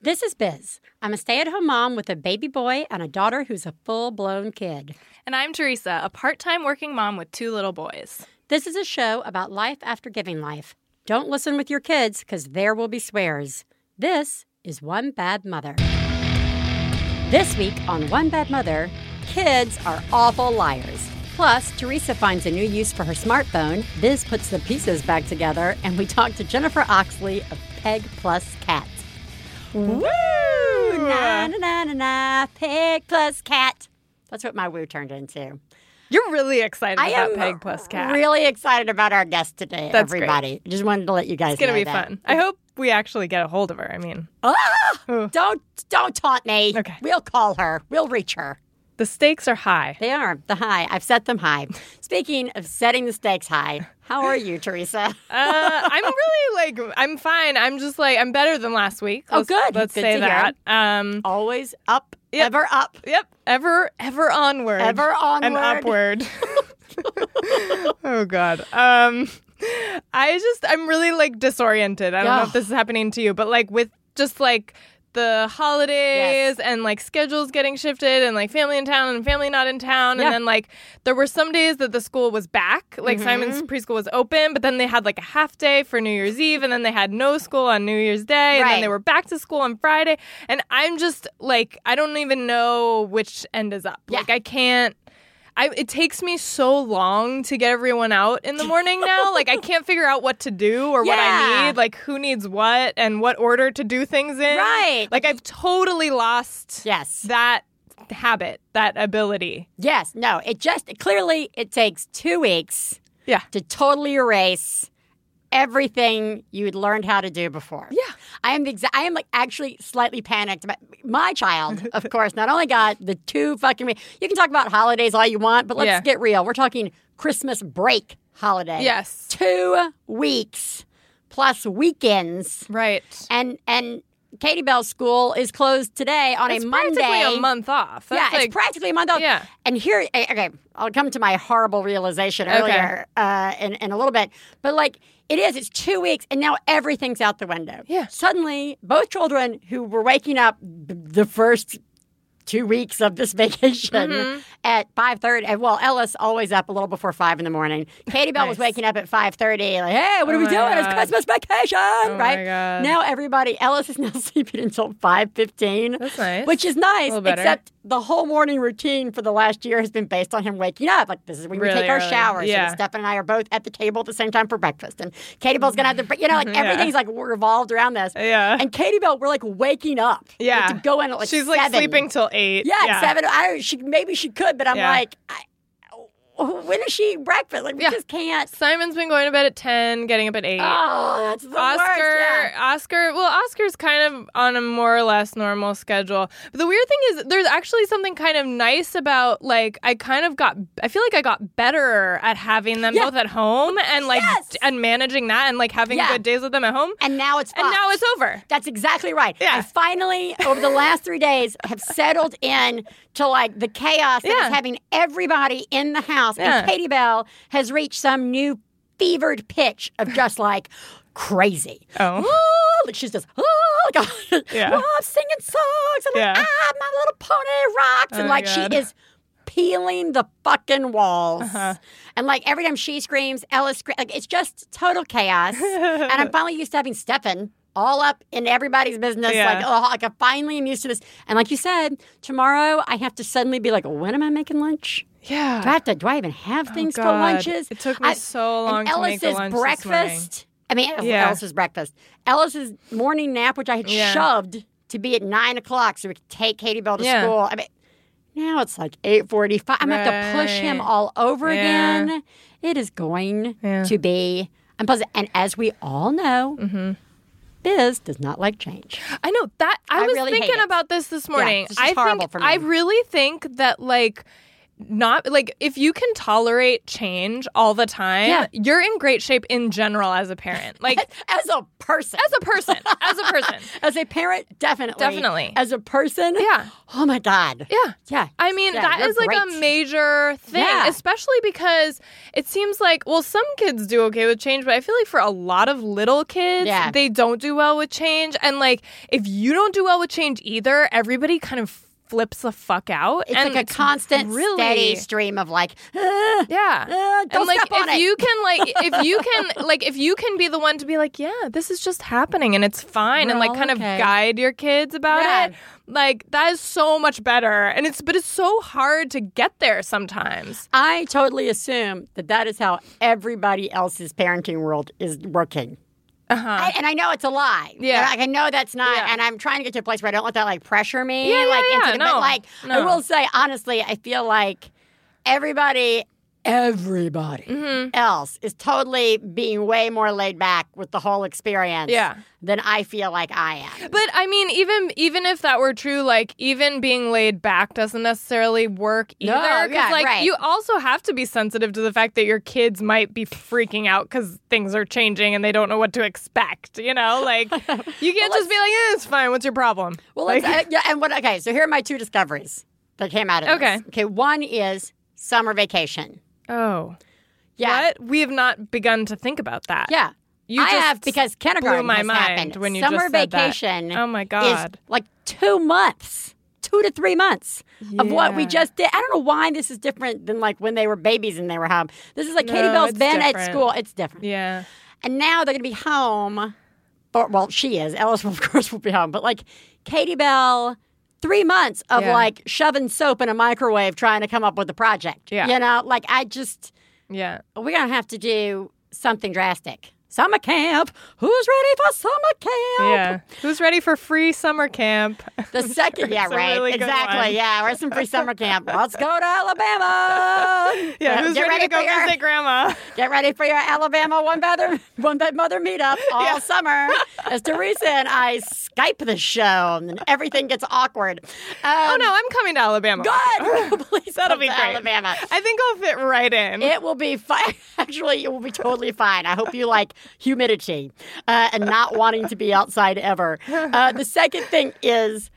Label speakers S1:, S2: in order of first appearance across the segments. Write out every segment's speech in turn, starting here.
S1: This is Biz. I'm a stay at home mom with a baby boy and a daughter who's a full blown kid.
S2: And I'm Teresa, a part time working mom with two little boys.
S1: This is a show about life after giving life. Don't listen with your kids because there will be swears. This is One Bad Mother. This week on One Bad Mother, kids are awful liars. Plus, Teresa finds a new use for her smartphone, Biz puts the pieces back together, and we talk to Jennifer Oxley of Peg Plus Cat.
S2: Woo!
S1: Na na na na na, pig plus cat. That's what my woo turned into.
S2: You're really excited
S1: I
S2: about
S1: am
S2: Peg Plus Cat.
S1: Really excited about our guest today,
S2: That's great.
S1: everybody. Just wanted to let you guys
S2: it's going
S1: know
S2: to be
S1: that.
S2: fun. I hope we actually get a hold of her. I mean,
S1: Ah!
S2: Ugh.
S1: Don't don't taunt me.
S2: Okay.
S1: We'll call her. We'll reach her.
S2: the stakes are high.
S1: They are the high. I've set them high. Speaking of setting the stakes high, how are you, Teresa?
S2: Uh, I'm really like, I'm fine. I'm just like, I'm better than last week.
S1: Oh,
S2: Let's-
S1: good.
S2: Let's
S1: Good
S2: say
S1: to hear.
S2: that. Um,
S1: Always up,
S2: Yep.
S1: ever up,
S2: yep. Ever, ever onward.
S1: ever onward.
S2: and upward. oh God. Um, I just I'm really like disoriented. I don't know
S1: Ugh.
S2: if this is happening to you, but like with just like the holidays and like schedules getting shifted and like family in town and family not in town
S1: Yeah. Mm-hmm.
S2: and then like there were some days that the school was back like Simon's preschool was open but then they had like a half day for New Year's Eve and then they had no school on New Year's Day and
S1: Right.
S2: then they were back to school on Friday and I'm just like I don't even know which end is up
S1: Yeah.
S2: like I can't I, it takes me so long to get everyone out in the morning now. like I can't figure out what to do or what
S1: Yeah.
S2: I need, like who needs what and what order to do things in.
S1: Right.
S2: Like I've totally lost
S1: Yes.
S2: that habit, that ability.
S1: Yes, no, it just clearly it takes two weeks
S2: Yeah.
S1: to totally erase everything you'd learned how to do before.
S2: Yeah.
S1: I am the exa- I am like actually slightly panicked about my child, of course, not only got the two fucking we- you can talk about holidays all you want, but let's
S2: Yeah.
S1: get real. We're talking Christmas break holiday.
S2: Yes.
S1: Two weeks plus weekends.
S2: Right.
S1: And and Katie Bell's school is closed today on
S2: It's
S1: a Monday.
S2: practically a month off. That's
S1: yeah,
S2: like,
S1: it's practically a month old.
S2: Yeah.
S1: And here, eh, okay, I'll come to my horrible realization
S2: Okay.
S1: earlier uh, in, in a little bit. But like, it is, it's two weeks, and now everything's out the window.
S2: Yeah.
S1: Suddenly, both children who were waking up b- the first two weeks of this vacation
S2: Mm-hmm.
S1: at 5.30 and well ella's always up a little before 5 in the morning katie bell was
S2: Nice.
S1: waking up at 5.30 like hey what are
S2: Oh
S1: we
S2: my
S1: doing it's
S2: God. Oh
S1: christmas vacation
S2: my
S1: right
S2: God.
S1: now everybody ellis is now sleeping until 5.15
S2: That's nice.
S1: which is nice
S2: little better.
S1: except the whole morning routine for the last year has been based on him waking up. Like this is when we
S2: Really
S1: take our
S2: early.
S1: showers.
S2: Yeah.
S1: And Stefan and I are both at the table at the same time for breakfast. And Katie Bell's gonna have the bre- you know like
S2: Yeah.
S1: everything's like revolved around this.
S2: Yeah.
S1: And Katie Bell, we're like waking up. We
S2: yeah.
S1: have to go in at like
S2: She's
S1: seven.
S2: like sleeping till eight.
S1: Yeah, at seven. I she maybe she could, but I'm
S2: Yeah.
S1: like, I, when is she eating breakfast? Like we
S2: Yeah.
S1: just can't.
S2: Simon's been going to bed at ten, getting up at eight.
S1: Oh, that's the
S2: Oscar,
S1: worst. Yeah.
S2: Oscar. Well, Oscar's kind of on a more or less normal schedule. But the weird thing is, there's actually something kind of nice about like I kind of got. I feel like I got better at having them
S1: Yeah.
S2: both at home and like
S1: Yes.
S2: d- and managing that and like having
S1: Yeah.
S2: good days with them at home.
S1: And now it's
S2: And
S1: fucked.
S2: now it's over.
S1: That's exactly right.
S2: Yeah.
S1: I finally, over the last three days, have settled in to like the chaos that is
S2: Yeah.
S1: having everybody in the house.
S2: Yeah.
S1: And Katie Bell has reached some new fevered pitch of just like crazy.
S2: Oh,
S1: Oh, like she's just oh, like,
S2: Yeah.
S1: oh, I'm singing songs. I'm
S2: Yeah.
S1: like ah, my little pony rocks, and
S2: Oh,
S1: like
S2: God.
S1: she is peeling the fucking walls,
S2: Uh-huh.
S1: and like every time she screams, Ella screams. Like it's just total chaos, and I'm finally used to having Stefan. All up in everybody's business,
S2: Yeah.
S1: like oh, like I finally am used to this. And like you said, tomorrow I have to suddenly be like, when am I making lunch?
S2: yeah.
S1: Do I have to? Do I even have things for
S2: Oh, God.
S1: lunches?
S2: It took me so long
S1: and
S2: to make the
S1: Ellis's
S2: lunch this
S1: breakfast. I mean,
S2: Yeah.
S1: Ellis's breakfast. Ellis's morning nap, which I had
S2: Yeah.
S1: shoved to be at nine o'clock, so we could take Katie Bell to
S2: Yeah.
S1: school. I mean, now it's like eight forty-five. I'm gonna have to push him
S2: Right.
S1: all over
S2: Yeah.
S1: again. It is going
S2: Yeah.
S1: to be. And plus, and as we all know,
S2: Mm-hmm.
S1: Biz does not like change.
S2: I know that I,
S1: I
S2: was
S1: really hate
S2: thinking
S1: it.
S2: about this this morning.
S1: this is
S2: I
S1: horrible
S2: think
S1: for me.
S2: I really think that like not like if you can tolerate change all the time,
S1: Yeah.
S2: you're in great shape in general as a parent. Like
S1: As a person.
S2: as a person, as a person.
S1: As a parent, definitely.
S2: Definitely.
S1: As a person,
S2: Yeah.
S1: Oh my God.
S2: Yeah.
S1: Yeah.
S2: I mean,
S1: Yeah,
S2: that
S1: you're
S2: is like
S1: great.
S2: a major thing,
S1: Yeah.
S2: especially because it seems like, well, some kids do okay with change, but I feel like for a lot of little kids,
S1: Yeah.
S2: they don't do well with change. And like, if you don't do well with change either, everybody kind of flips the fuck out.
S1: It's
S2: and
S1: like a constant,
S2: really,
S1: steady stream of like, "Ah,
S2: Yeah.
S1: ah, don't
S2: and like
S1: step on
S2: if
S1: it."
S2: you can like if you can like if you can be the one to be like yeah this is just happening and it's fine and
S1: We're
S2: like
S1: all
S2: kind
S1: okay.
S2: of guide your kids about
S1: Yeah.
S2: it like that is so much better and it's but it's so hard to get there sometimes
S1: I totally assume that that is how everybody else's parenting world is working.
S2: uh-huh
S1: I, and I know it's a lie.
S2: Yeah.
S1: Like, I know that's not,
S2: Yeah.
S1: and I'm trying to get to a place where I don't let that like pressure me.
S2: Yeah, yeah,
S1: like,
S2: yeah.
S1: Into the, But
S2: No.
S1: like, I
S2: No.
S1: will say honestly, I feel like everybody, everybody else is totally being way more laid back with the whole experience.
S2: Yeah.
S1: Than I feel like I am.
S2: But I mean, even even if that were true, like even being laid back doesn't necessarily work either.
S1: No, yeah,
S2: like
S1: right.
S2: you also have to be sensitive to the fact that your kids might be freaking out because things are changing and they don't know what to expect. You know, like you can't just be like, eh, "It's fine. What's your problem?"
S1: Well,
S2: Like-
S1: let's, uh, yeah, and what? Okay, so here are my two discoveries that came out of
S2: Okay.
S1: this. Okay, one is summer vacation.
S2: oh,
S1: uh, Yeah,
S2: What? We have not begun to think about that.
S1: yeah.
S2: you
S1: I
S2: just
S1: have because kindergarten
S2: my
S1: has
S2: mind
S1: happened.
S2: when you
S1: summer
S2: just said that.
S1: vacation.
S2: Oh my
S1: Is
S2: God.
S1: like two months, two to three months of what we
S2: Yeah.
S1: just did. I don't know why this is different than like when they were babies and they were home. This is like Katie
S2: No,
S1: Bell's
S2: it's
S1: been at
S2: different.
S1: school. It's different.
S2: Yeah.
S1: And now they're going to be home. But, well, she is. Ellis, of course, will be home. But like Katie Bell, three months of
S2: Yeah.
S1: like shoving soap in a microwave trying to come up with a project.
S2: Yeah.
S1: You know, like I just,
S2: Yeah.
S1: we're going to have to do something drastic. Summer camp. Who's ready for summer camp?
S2: Yeah. Who's ready for free summer camp?
S1: The second, yeah,
S2: It's a
S1: right,
S2: really good
S1: exactly,
S2: one.
S1: yeah. We're some free summer camp. Let's go to Alabama.
S2: yeah. Who's
S1: get
S2: ready, to go
S1: for your,
S2: visit grandma?
S1: Get ready for your Alabama one bed one bed mother meetup all summer. As Teresa and I Skype the show, and then everything gets awkward. Um,
S2: oh no, I'm coming to Alabama.
S1: God, please
S2: That'll
S1: come
S2: be
S1: to
S2: great.
S1: Alabama.
S2: I think I'll fit right in.
S1: It will be fine. Actually, it will be totally fine. I hope you like humidity uh, and not wanting to be outside ever. Uh, the second thing is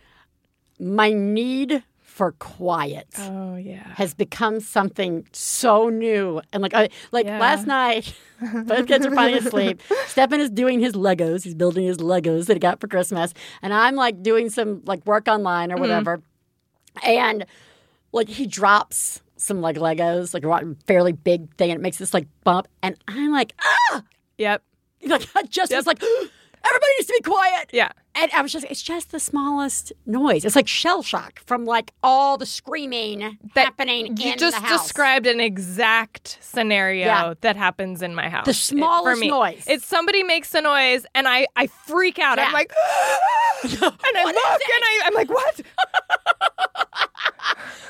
S1: my need for quiet
S2: oh yeah.
S1: has become something so new. And like, I, like
S2: Yeah.
S1: last night, both kids are finally asleep. Stefan is doing his Legos. He's building his Legos that he got for Christmas, and I'm like doing some like work online or
S2: Mm-hmm.
S1: whatever. And like he drops some like Legos, like a fairly big thing, and it makes this like bump. And I'm like, ah,
S2: Yep.
S1: like I just
S2: Yep.
S1: was like, everybody needs to be quiet.
S2: Yeah.
S1: And I was just, it's just the smallest noise. It's like shell shock from like all the screaming
S2: That-
S1: happening
S2: You
S1: in
S2: just
S1: the house.
S2: described an exact scenario
S1: Yeah.
S2: that happens in my house.
S1: The
S2: It-
S1: smallest
S2: for me.
S1: noise.
S2: It's somebody makes a noise and I, I freak out.
S1: Yeah.
S2: I'm like, and I look and
S1: What is
S2: I, I'm like, what?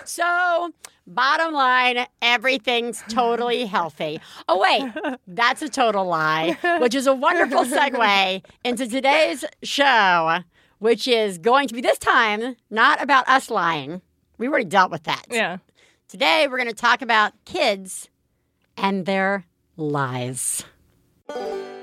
S1: So, bottom line, everything's totally healthy. Oh, wait, that's a total lie, which is a wonderful segue into today's show, which is going to be this time not about us lying. We already dealt with that.
S2: Yeah.
S1: Today, we're going to talk about kids and their lies.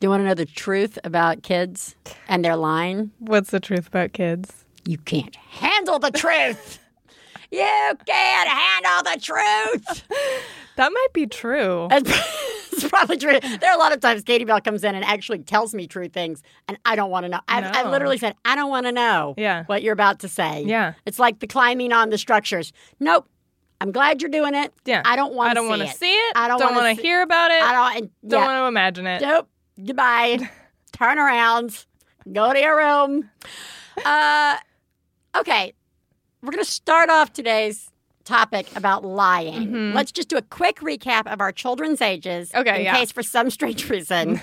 S1: Do you want to know the truth about kids and their lying?
S2: What's the truth about kids?
S1: You can't handle the truth. you can't handle the truth.
S2: That might be true.
S1: That's it's probably true. There are a lot of times Katie Bell comes in and actually tells me true things, and I don't want to know. I've, I
S2: No.
S1: literally said, I don't want to know
S2: Yeah.
S1: what you're about to say.
S2: Yeah.
S1: It's like the climbing on the structures. Nope. I'm glad you're doing it.
S2: Yeah.
S1: I don't want
S2: I don't
S1: want
S2: want to see it.
S1: I don't wanna
S2: want to
S1: see-
S2: hear about it.
S1: I
S2: I
S1: don't, and,
S2: don't,
S1: yeah.
S2: want to imagine it.
S1: Nope. Goodbye. Turn around. Go to your room. Uh, okay. We're going to start off today's topic about lying. Let's just do a quick recap of our children's ages.
S2: Mm-hmm. Okay,
S1: In
S2: yeah.
S1: case for some strange reason,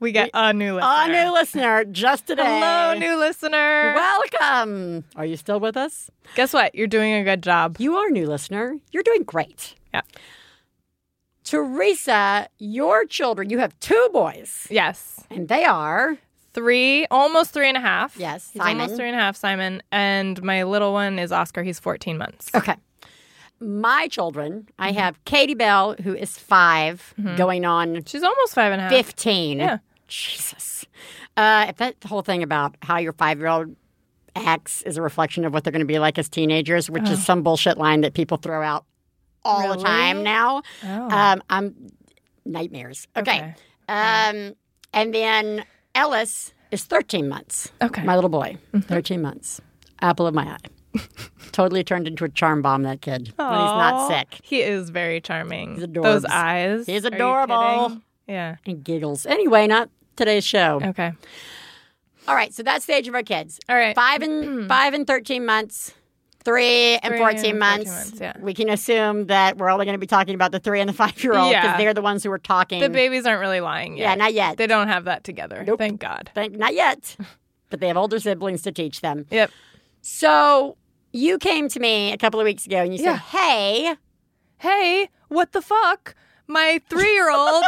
S2: We get a new listener.
S1: a new listener just today.
S2: Hello, new listener.
S1: Welcome. Are you still with us?
S2: Guess what? You're doing a good job.
S1: You are new listener. You're doing great.
S2: Yeah.
S1: Teresa, your children, you have two boys,
S2: Yes.
S1: and they are
S2: Three, almost three and a half.
S1: Yes,
S2: He's
S1: Simon.
S2: almost three and a half, Simon. And my little one is Oscar. He's 14 months.
S1: Okay. My children,
S2: Mm-hmm.
S1: I have Katie Bell, who is 5 going on
S2: She's almost Mm-hmm. five and a half.
S1: 15.
S2: Yeah.
S1: Jesus. Uh, if that whole thing about how your five year old acts is a reflection of what they're going to be like as teenagers, which is some bullshit line that people throw out all the
S2: Oh. Really?
S1: time now,
S2: Oh.
S1: um, I'm nightmares. Okay.
S2: Okay.
S1: Um, and then Ellis is 13 months.
S2: Okay.
S1: My little boy,
S2: Mm-hmm.
S1: 13 months. Apple of my eye. totally turned into a charm bomb, that kid, when he's
S2: Aw.
S1: not sick.
S2: He is very charming.
S1: He's
S2: Those
S1: adorbs.
S2: eyes.
S1: He's
S2: Are you
S1: adorable.
S2: kidding? Yeah.
S1: And giggles. Anyway, not today's show.
S2: Okay.
S1: All right, so that's the age of our kids.
S2: All right. Hmm.
S1: Five and five and 13 months. Three and
S2: Three
S1: 14
S2: and 14
S1: months.
S2: months, yeah.
S1: We can assume that we're only going to be talking about the three and the five year old because
S2: Yeah.
S1: they're the ones who are talking.
S2: The babies aren't really lying yet.
S1: yeah, not yet.
S2: They don't have that together.
S1: Nope.
S2: Thank God.
S1: Thank- not yet. but they have older siblings to teach them.
S2: Yep.
S1: So you came to me a couple of weeks ago and you
S2: Yeah.
S1: said, "Hey,
S2: Hey, what the fuck? My three year old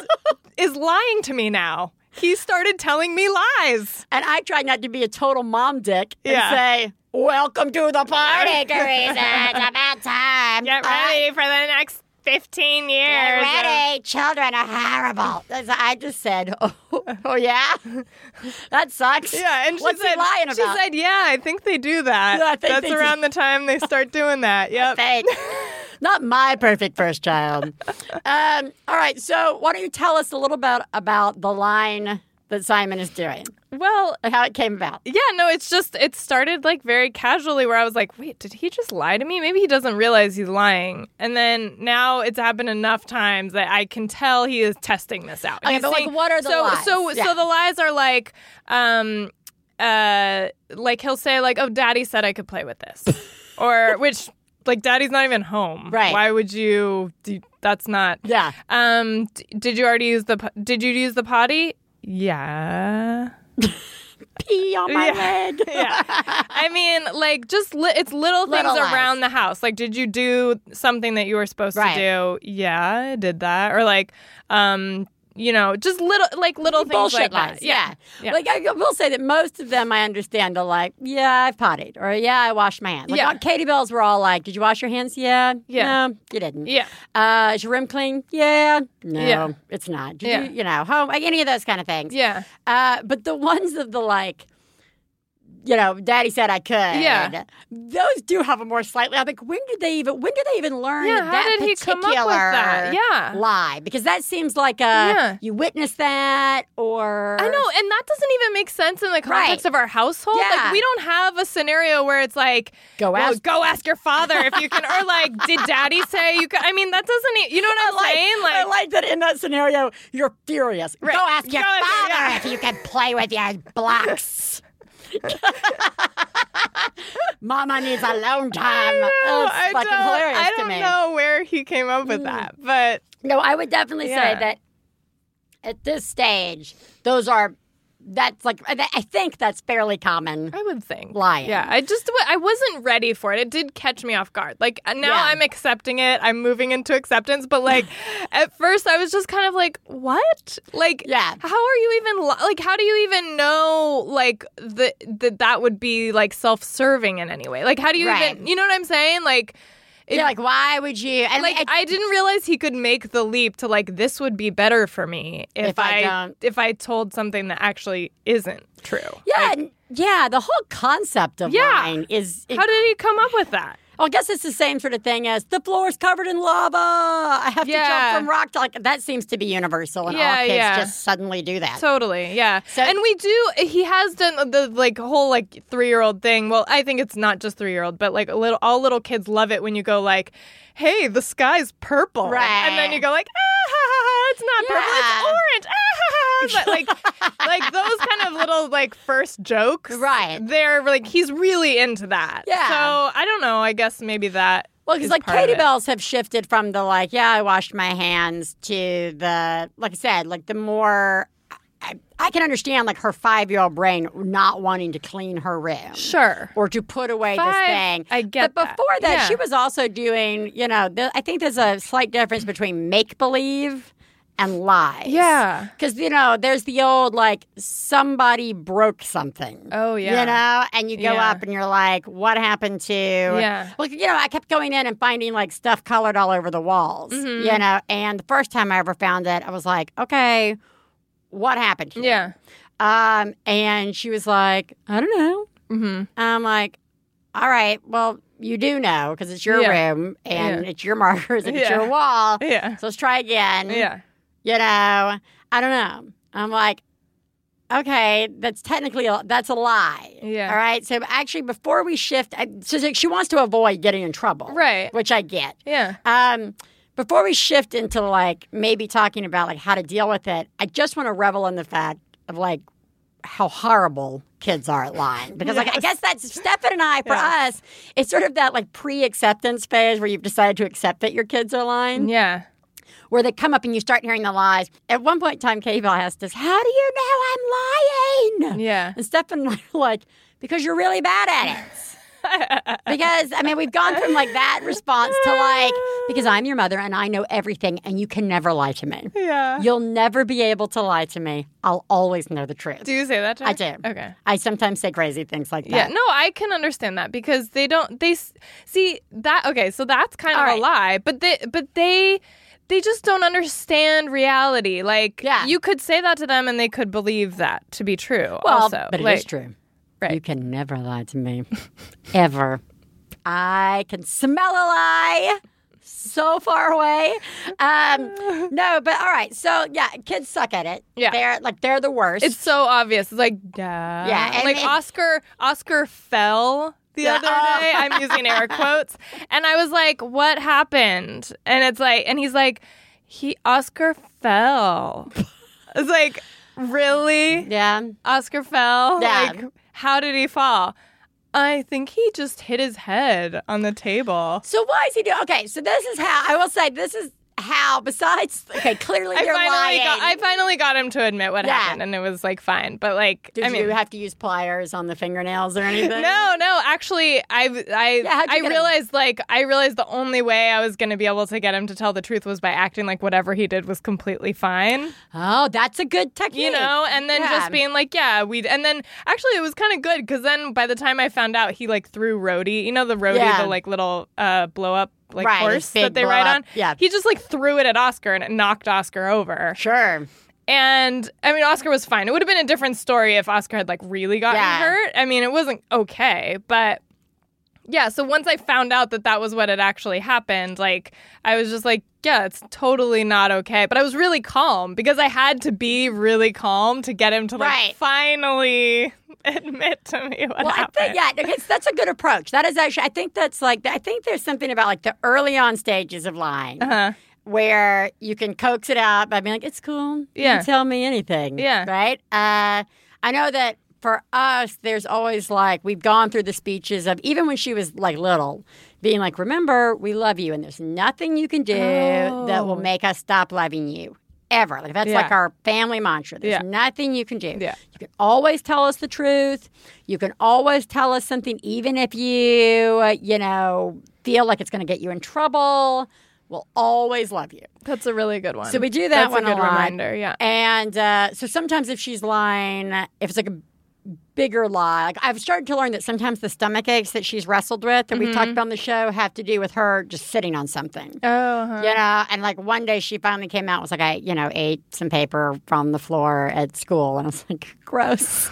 S2: is lying to me now. He started telling me lies.
S1: And I tried not to be a total mom dick and
S2: Yeah.
S1: say, Welcome to the party, Teresa. It's about time.
S2: Get
S1: Uh,
S2: ready for the next 15 years.
S1: get
S2: of-
S1: ready. Children are horrible. That's- I just said, Oh, oh, yeah? That sucks.
S2: Yeah, and she
S1: What's he
S2: said,
S1: lying
S2: she
S1: about?
S2: said, yeah, I think they do that.
S1: Yeah, I think
S2: That's
S1: they do.
S2: around the time they start doing that. Yep.
S1: Fake. Not my perfect first child. um, all right, so why don't you tell us a little bit about the line that Simon is doing
S2: Well,
S1: and how it came about?
S2: Yeah, no, it's just it started like very casually where I was like, "Wait, did he just lie to me? Maybe he doesn't realize he's lying." And then now it's happened enough times that I can tell he is testing this out.
S1: Okay,
S2: He's
S1: but, like, what are the
S2: so,
S1: lies?
S2: So
S1: Yeah.
S2: so the lies are like um uh like he'll say like, "Oh, daddy said I could play with this." or which like daddy's not even home.
S1: Right.
S2: Why would you do, that's not
S1: Yeah.
S2: Um d- did you already use the po- did you use the potty? Yeah.
S1: Pee on my
S2: Yeah.
S1: leg.
S2: yeah. I mean, like, just li- it's little things
S1: Little lies.
S2: around the house. Like, did you do something that you were supposed
S1: Right.
S2: to do? Yeah, I did that. Or like, um, you know, just little like little things like
S1: bullshit lies.
S2: that.
S1: Yeah.
S2: Yeah.
S1: Like I will say that most of them I understand are like, yeah, I potted or yeah, I washed my hands. Like
S2: Yeah.
S1: all- Katie Bells were all like, did you wash your hands? Yeah.
S2: Yeah.
S1: No, you didn't.
S2: Yeah.
S1: Uh, is your rim clean? Yeah. No,
S2: Yeah.
S1: it's not. Did
S2: Yeah.
S1: you, you know, home, like any of those kind of things.
S2: Yeah.
S1: Uh, but the ones of the like, you know, Daddy said I could.
S2: Yeah.
S1: Those do have a more slightly. I think when did they even when did they even learn
S2: Yeah, how
S1: that
S2: did he
S1: particular
S2: come up with that? Yeah.
S1: lie? Because that seems like a
S2: Yeah.
S1: you witnessed that or
S2: I know, and that doesn't even make sense in the context
S1: Right.
S2: of our household.
S1: Yeah.
S2: Like, we don't have a scenario where it's like,
S1: Go
S2: well,
S1: ask-
S2: go ask your father if you can, or like, did daddy say you? Can? I mean, that doesn't, e- you know what I'm saying?
S1: I like that in that scenario, you're furious.
S2: Right.
S1: Go ask your
S2: Go ask-
S1: father
S2: yeah.
S1: if you can play with your blocks. Mama needs alone time.
S2: No,
S1: That's
S2: I
S1: fucking
S2: don't,
S1: hilarious
S2: I
S1: to
S2: don't
S1: me. Mm.
S2: know where he came up with that, but
S1: No, I would definitely
S2: Yeah.
S1: say that at this stage, those are that's like I I think that's fairly common.
S2: I would think
S1: Lying.
S2: Yeah, I just wa- I wasn't ready for it. It did catch me off guard. Like uh, now
S1: Yeah.
S2: I'm accepting it. I'm moving into acceptance. But like at first I was just kind of like, what? Like
S1: Yeah.
S2: How are you even li- like? How do you even know like that that that would be like self serving in any way? Like how do you
S1: Right.
S2: even you know what I'm saying? Like. it-
S1: You're like, why would you? And
S2: like I didn't realize he could make the leap to like this would be better for me if,
S1: If I don't-
S2: if I told something that actually isn't true.
S1: yeah, and- yeah. The whole concept of
S2: Yeah.
S1: lying is
S2: How did he come up with that?
S1: Well, I guess it's the same sort of thing as the floor is covered in lava. I have to
S2: Yeah.
S1: jump from rock to like that seems to be universal, and
S2: Yeah,
S1: all kids
S2: yeah.
S1: just suddenly do that.
S2: Totally, yeah.
S1: So-
S2: and we do. He has done the like whole like three year old thing. Well, I think it's not just three year old, but like a little all little kids love it when you go like, "Hey, the sky's purple,"
S1: Right.
S2: And then you go like, "Ah, ha, ha, ha, it's Ah, not
S1: Yeah.
S2: purple, it's orange." Ah, ha, ha, ha. But like, like those kind of little like first jokes,
S1: Right.
S2: They're like he's really into that.
S1: Yeah.
S2: So I don't know. I guess maybe that
S1: Well, because
S2: is
S1: like
S2: part of
S1: Katie
S2: it.
S1: Bells have shifted from the like, yeah, I washed my hands to the, like I said, like the more, I, I can understand like her five year old brain not wanting to clean her room.
S2: Sure.
S1: Or to put away this
S2: Five,
S1: thing.
S2: I get
S1: But
S2: that.
S1: before that,
S2: Yeah.
S1: she was also doing, you know, the, I think there's a slight difference between make believe and lies.
S2: Yeah.
S1: Because, you know, there's the old like somebody broke something.
S2: Oh, yeah.
S1: You know, and you go
S2: Yeah.
S1: up and you're like, what happened to?
S2: Yeah.
S1: Well, you know, I kept going in and finding like stuff colored all over the walls,
S2: Mm-hmm.
S1: you know, and the first time I ever found it, I was like, okay, what happened? here?
S2: Yeah.
S1: Um, and she was like, I don't know.
S2: Mm-hmm.
S1: I'm like, all right, well, you do know because it's your
S2: Yeah.
S1: room and
S2: Yeah.
S1: it's your markers and it's
S2: Yeah.
S1: your wall.
S2: Yeah.
S1: So let's try again.
S2: Yeah.
S1: You know, I don't know. I'm like, okay, that's technically a, that's a lie.
S2: Yeah.
S1: All right. So actually, before we shift, I, so it's like she wants to avoid getting in trouble,
S2: Right.
S1: Which I get.
S2: Yeah.
S1: Um, before we shift into like maybe talking about like how to deal with it, I just want to revel in the fact of like how horrible kids are at lying because like I guess that's Stefan and I for us, it's sort of that like pre-acceptance phase where you've decided to accept that your kids are lying,
S2: Yeah.
S1: Mm-hmm. where they come up and you start hearing the lies. At one point in time, Katie Bell asked us, "How do you know I'm lying?"
S2: Yeah.
S1: And Stefan and I were like, because you're really bad at it. because, I mean, we've gone from like that response to like, because I'm your mother and I know everything and you can never lie to me.
S2: Yeah.
S1: You'll never be able to lie to me. I'll always know the truth.
S2: Do you say that to her?
S1: I do.
S2: Okay.
S1: I sometimes say crazy things like
S2: Yeah,
S1: that.
S2: no, I can understand that because they don't they s- see that okay, so that's kind
S1: All
S2: of
S1: right.
S2: a lie, but they but they they just don't understand reality. Like
S1: Yeah.
S2: you could say that to them and they could believe that to be true
S1: well,
S2: also.
S1: but it is
S2: like,
S1: true.
S2: Right.
S1: You can never lie to me, ever. I can smell a lie so far away. Um, no, but all right. So yeah, kids suck at it.
S2: Yeah.
S1: they're like they're the worst.
S2: It's so obvious. It's like duh. Yeah,
S1: and
S2: like
S1: it-
S2: Oscar Oscar fell the
S1: Yeah,
S2: other
S1: oh.
S2: day. I'm using air quotes, and I was like, "What happened?" And it's like, and he's like, "He Oscar fell." I was like, "Really?
S1: yeah.
S2: Oscar fell?
S1: Yeah.
S2: Like, how did he fall?" I think he just hit his head on the table.
S1: So why is he doing? Okay, so this is how I will say this is how. Besides, okay, clearly
S2: I
S1: they're
S2: finally,
S1: lying.
S2: got, I finally got him to admit what
S1: Yeah.
S2: happened, and it was like fine. But like,
S1: Did
S2: I mean,
S1: you have to use pliers on the fingernails or anything?
S2: No, no. Actually, I I
S1: Yeah, how'd you
S2: I
S1: get him?
S2: realized like I realized the only way I was going to be able to get him to tell the truth was by acting like whatever he did was completely fine,
S1: Oh, that's a good technique.
S2: you know, and then
S1: Yeah.
S2: just being like, yeah, we. And then actually, it was kind of good because then by the time I found out, he like threw Rhodey, you know, the Rhodey,
S1: Yeah.
S2: the like little uh blow up like
S1: Right,
S2: horse
S1: big
S2: that they
S1: blow
S2: ride
S1: up.
S2: on.
S1: Yeah.
S2: he just like threw it at Oscar and it knocked Oscar over.
S1: Sure.
S2: And I mean, Oscar was fine. It would have been a different story if Oscar had like really gotten
S1: Yeah.
S2: hurt. I mean, it wasn't okay, but yeah. So once I found out that that was what had actually happened, like I was just like, yeah, it's totally not okay. But I was really calm because I had to be really calm to get him to like
S1: Right.
S2: finally admit to me what
S1: Well, I
S2: happened.
S1: think yeah, because that's a good approach. That is actually, I think that's like, I think there's something about like the early on stages of lying
S2: Uh-huh.
S1: where you can coax it out by being like, "It's cool, you
S2: Yeah.
S1: can tell me anything."
S2: Yeah.
S1: right. Uh, I know that for us, there's always like we've gone through the speeches of even when she was like little, being like, "Remember, we love you, and there's nothing you can do that will
S2: Oh.
S1: make us stop loving you." Ever. Like that's
S2: Yeah.
S1: like our family mantra. There's
S2: Yeah.
S1: nothing you can do.
S2: Yeah.
S1: You can always tell us the truth. You can always tell us something, even if you, uh, you know, feel like it's going to get you in trouble. We'll always love you.
S2: That's a really good one.
S1: So we do that
S2: That's
S1: one
S2: a good
S1: a lot.
S2: reminder. Yeah.
S1: And uh, so sometimes if she's lying, if it's like a bigger lie, like I've started to learn that sometimes the stomach aches that she's wrestled with that we've talked about on the show have to do with her just sitting on something.
S2: Mm-hmm. Oh, uh-huh.
S1: You know, and like one day she finally came out and was like, I, you know, ate some paper from the floor at school. And I was like, gross.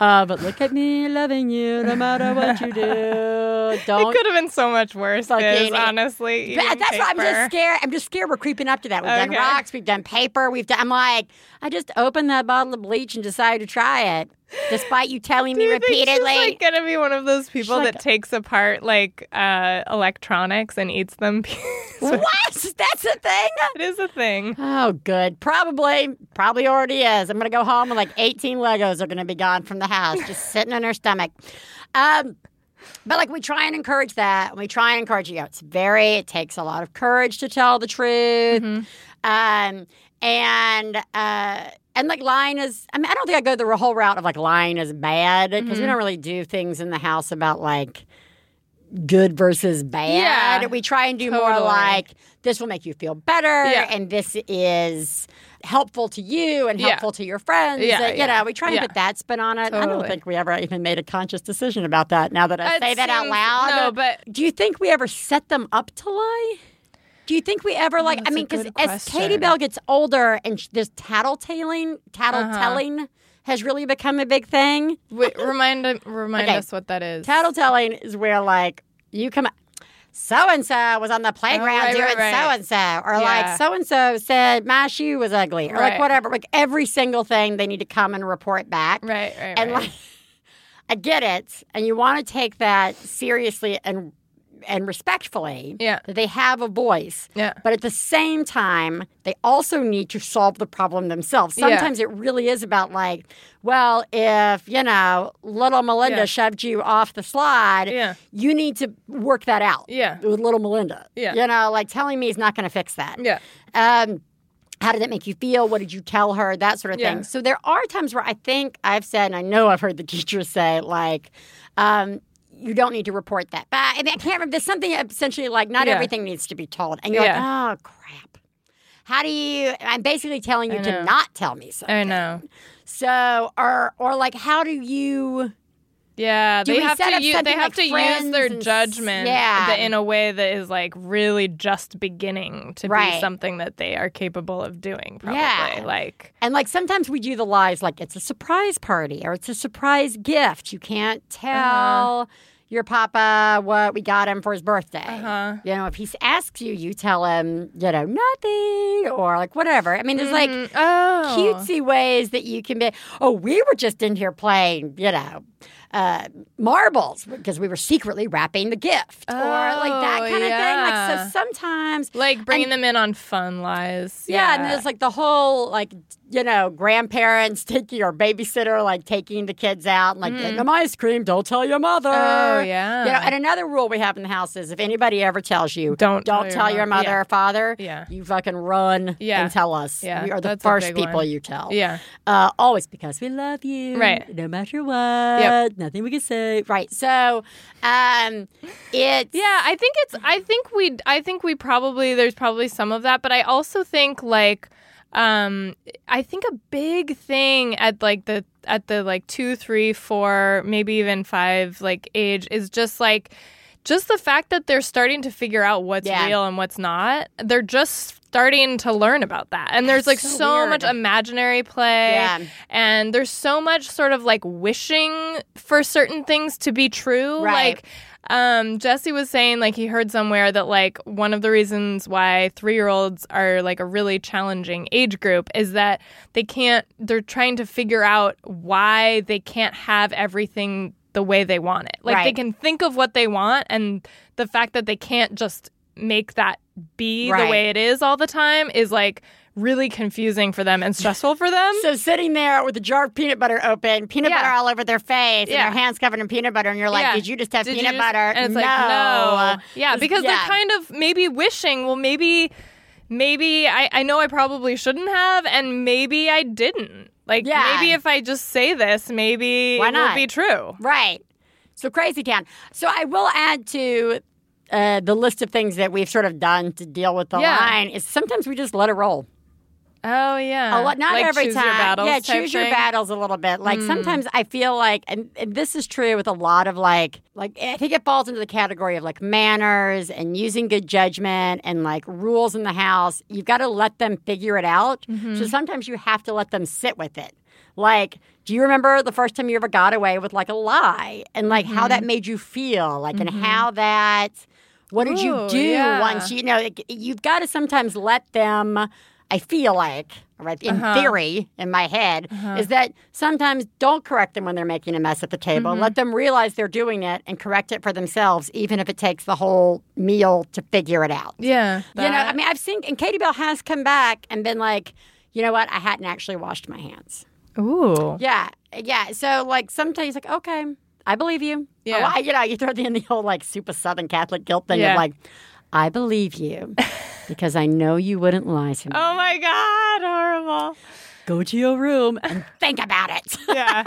S1: uh, but look at me loving you no matter what you do.
S2: it
S1: Don't.
S2: could have been so much worse. Biz,
S1: Fucking-
S2: honestly,
S1: But
S2: eating
S1: that's why I'm
S2: paper.
S1: just scared. I'm just scared we're creeping up to that. We've done
S2: Okay.
S1: rocks, we've done paper, we've done. I'm like, I just opened that bottle of bleach and decided to try it, despite you telling me
S2: Do you think
S1: repeatedly.
S2: She's like gonna be one of those people
S1: like-
S2: that takes apart like uh, electronics and eats them. piece-
S1: what? That's a thing.
S2: it is a thing.
S1: Oh, good. Probably, probably already is. I'm going to go home and like 18 Legos are going to be gone from the house, just sitting on her stomach. Um, But like we try and encourage that, and we try and encourage you. know, It's very. It takes a lot of courage to tell the truth,
S2: Mm-hmm.
S1: um, and uh, and like lying is. I mean, I don't think I go the whole route of like lying is bad because
S2: Mm-hmm.
S1: we don't really do things in the house about like good versus bad.
S2: Yeah,
S1: we try and do more
S2: totally.
S1: like this will make you feel better,
S2: Yeah.
S1: and this is helpful to you and
S2: Yeah.
S1: helpful to your friends.
S2: Yeah,
S1: Uh, you
S2: yeah,
S1: know, we try and
S2: yeah.
S1: put that spin on it. I don't
S2: Totally.
S1: think we ever even made a conscious decision about that. Now that I
S2: It
S1: say that out
S2: seems-
S1: loud,
S2: No, but
S1: do you think we ever set them up to lie? Do you think we ever like? I
S2: that's a
S1: mean, because
S2: good
S1: as Katie
S2: question.
S1: Bell gets older and sh- this tattletailing,
S2: Uh-huh.
S1: tattletelling has really become a big thing.
S2: wait, remind remind
S1: Okay.
S2: us what that is.
S1: Tattletelling is where like you come. So and so was on the playground
S2: Oh, right,
S1: doing
S2: right,
S1: so
S2: right.
S1: and so, or like
S2: Yeah.
S1: so and so said my shoe was ugly, or like
S2: Right.
S1: whatever. Like every single thing they need to come and report back.
S2: Right, right,
S1: and
S2: right.
S1: like I get it, and you want to take that seriously and and respectfully.
S2: Yeah.
S1: that they have a voice.
S2: yeah.
S1: But at the same time, they also need to solve the problem themselves.
S2: Yeah.
S1: Sometimes it really is about like, well, if you know little Melinda
S2: Yeah.
S1: shoved you off the slide,
S2: Yeah.
S1: you need to work that out.
S2: Yeah.
S1: with little Melinda.
S2: Yeah.
S1: you know, like telling me is not going to fix that.
S2: Yeah.
S1: Um, how did that make you feel? What did you tell her? That sort of
S2: Yeah.
S1: thing. So there are times where I think I've said, and I know I've heard the teachers say, like, um, you don't need to report that back. And I can't remember. There's something essentially like not
S2: Yeah.
S1: everything needs to be told, and you're
S2: Yeah.
S1: like, oh crap. How do you? I'm basically telling you
S2: I
S1: to
S2: know.
S1: not tell me something.
S2: I know.
S1: So, or or like, how do you?
S2: Yeah,
S1: Do
S2: they
S1: we
S2: have
S1: set
S2: to
S1: up
S2: use, they
S1: something
S2: have
S1: like
S2: to use
S1: friends
S2: their
S1: and s-
S2: judgment
S1: yeah.
S2: that- in a way that is like really just beginning to
S1: Right.
S2: be something that they are capable of doing probably.
S1: Yeah.
S2: Like
S1: And like sometimes we do the lies like it's a surprise party or it's a surprise gift. You can't tell your papa what we got him for his birthday.
S2: Uh-huh.
S1: You know, if he asks you, you tell him, you know, nothing or like whatever. I mean, there's like
S2: mm, oh.
S1: cutesy ways that you can be. Oh, we were just in here playing, you know, uh, marbles because we were secretly wrapping the gift or like that
S2: Oh,
S1: kind of thing. Like
S2: yeah.
S1: so sometimes
S2: Like bringing them in on fun lies.
S1: yeah, and there's like the whole like you know grandparents taking or babysitter like taking the kids out and like getting them ice cream. Don't tell your mother.
S2: Mm. Oh,
S1: You know,
S2: yeah.
S1: and another rule we have in the house is if anybody ever tells you,
S2: Don't tell your
S1: don't tell your,
S2: mom.
S1: mother
S2: Yeah.
S1: or father.
S2: Yeah.
S1: you fucking run
S2: Yeah.
S1: and tell us.
S2: Yeah,
S1: we are the
S2: that's a
S1: first
S2: big
S1: people
S2: one.
S1: you tell.
S2: Yeah.
S1: Uh, always because we love you.
S2: Right.
S1: No matter what.
S2: Yep.
S1: Nothing we can say. Right. So, um, it's
S2: Yeah, I think it's I think we I think we probably there's probably some of that, but I also think like um I think a big thing at like the at the like two, three, four, maybe even five like age is just like just the fact that they're starting to figure out what's
S1: Yeah.
S2: real and what's not. They're just starting to learn about that. And there's like
S1: so
S2: so,
S1: weird.
S2: much imaginary play
S1: Yeah.
S2: and there's so much sort of like wishing for certain things to be true.
S1: Right.
S2: Like um, Jesse was saying, like he heard somewhere that like one of the reasons why three year olds are like a really challenging age group is that they can't. They're trying to figure out why they can't have everything the way they want it. Like they
S1: Right.
S2: can think of what they want, and the fact that they can't just make that be
S1: Right.
S2: the way it is all the time is like really confusing for them and stressful for them.
S1: So sitting there with a jar of peanut butter open, peanut
S2: Yeah.
S1: butter all over their face,
S2: Yeah.
S1: and their hands covered in peanut butter, and you're like,
S2: Yeah.
S1: "Did you just have
S2: Did you
S1: peanut
S2: just-
S1: butter?"
S2: And it's
S1: no.
S2: like, no. Yeah,
S1: It's-
S2: because
S1: yeah.
S2: they're kind of maybe wishing, well, maybe, maybe I, I know I probably shouldn't have, and maybe I didn't. Like,
S1: Yeah.
S2: maybe if I just say this, maybe
S1: Why
S2: it will
S1: not?
S2: be true.
S1: right. So crazy town. So I will add to uh, the list of things that we've sort of done to deal with the
S2: Yeah.
S1: line is sometimes we just let it roll.
S2: Oh, yeah.
S1: a lot. Not
S2: like,
S1: every
S2: choose
S1: time.
S2: Your battles
S1: yeah,
S2: type
S1: choose your
S2: thing. Hmm.
S1: battles a little bit. Like sometimes I feel like, and, and this is true with a lot of like, like I think it falls into the category of like manners and using good judgment and like rules in the house. You've got to let them figure it out.
S2: Mm-hmm.
S1: So sometimes you have to let them sit with it. Like, do you remember the first time you ever got away with like a lie and like how
S2: Mm.
S1: that made you feel? Like, and how that. What did you
S2: Mm-hmm. Ooh,
S1: do
S2: yeah.
S1: once you know like, you've got to sometimes let them i feel like right in theory in my head is that sometimes don't correct them when they're making a mess at the table let them realize they're doing it and correct it for themselves even if it takes the whole meal to figure it out
S2: Yeah.
S1: you know i
S2: that.
S1: mean i've seen and katie bell has come back and been like you know what i hadn't actually washed my hands
S2: Ooh.
S1: yeah yeah so like sometimes like okay I believe you.
S2: Yeah.
S1: Oh, I- you know, you throw in the whole like super Southern Catholic guilt thing
S2: Yeah.
S1: of like, I believe you because I know you wouldn't lie to me.
S2: Oh my God, horrible.
S1: Go to your room and think about it.
S2: Yeah.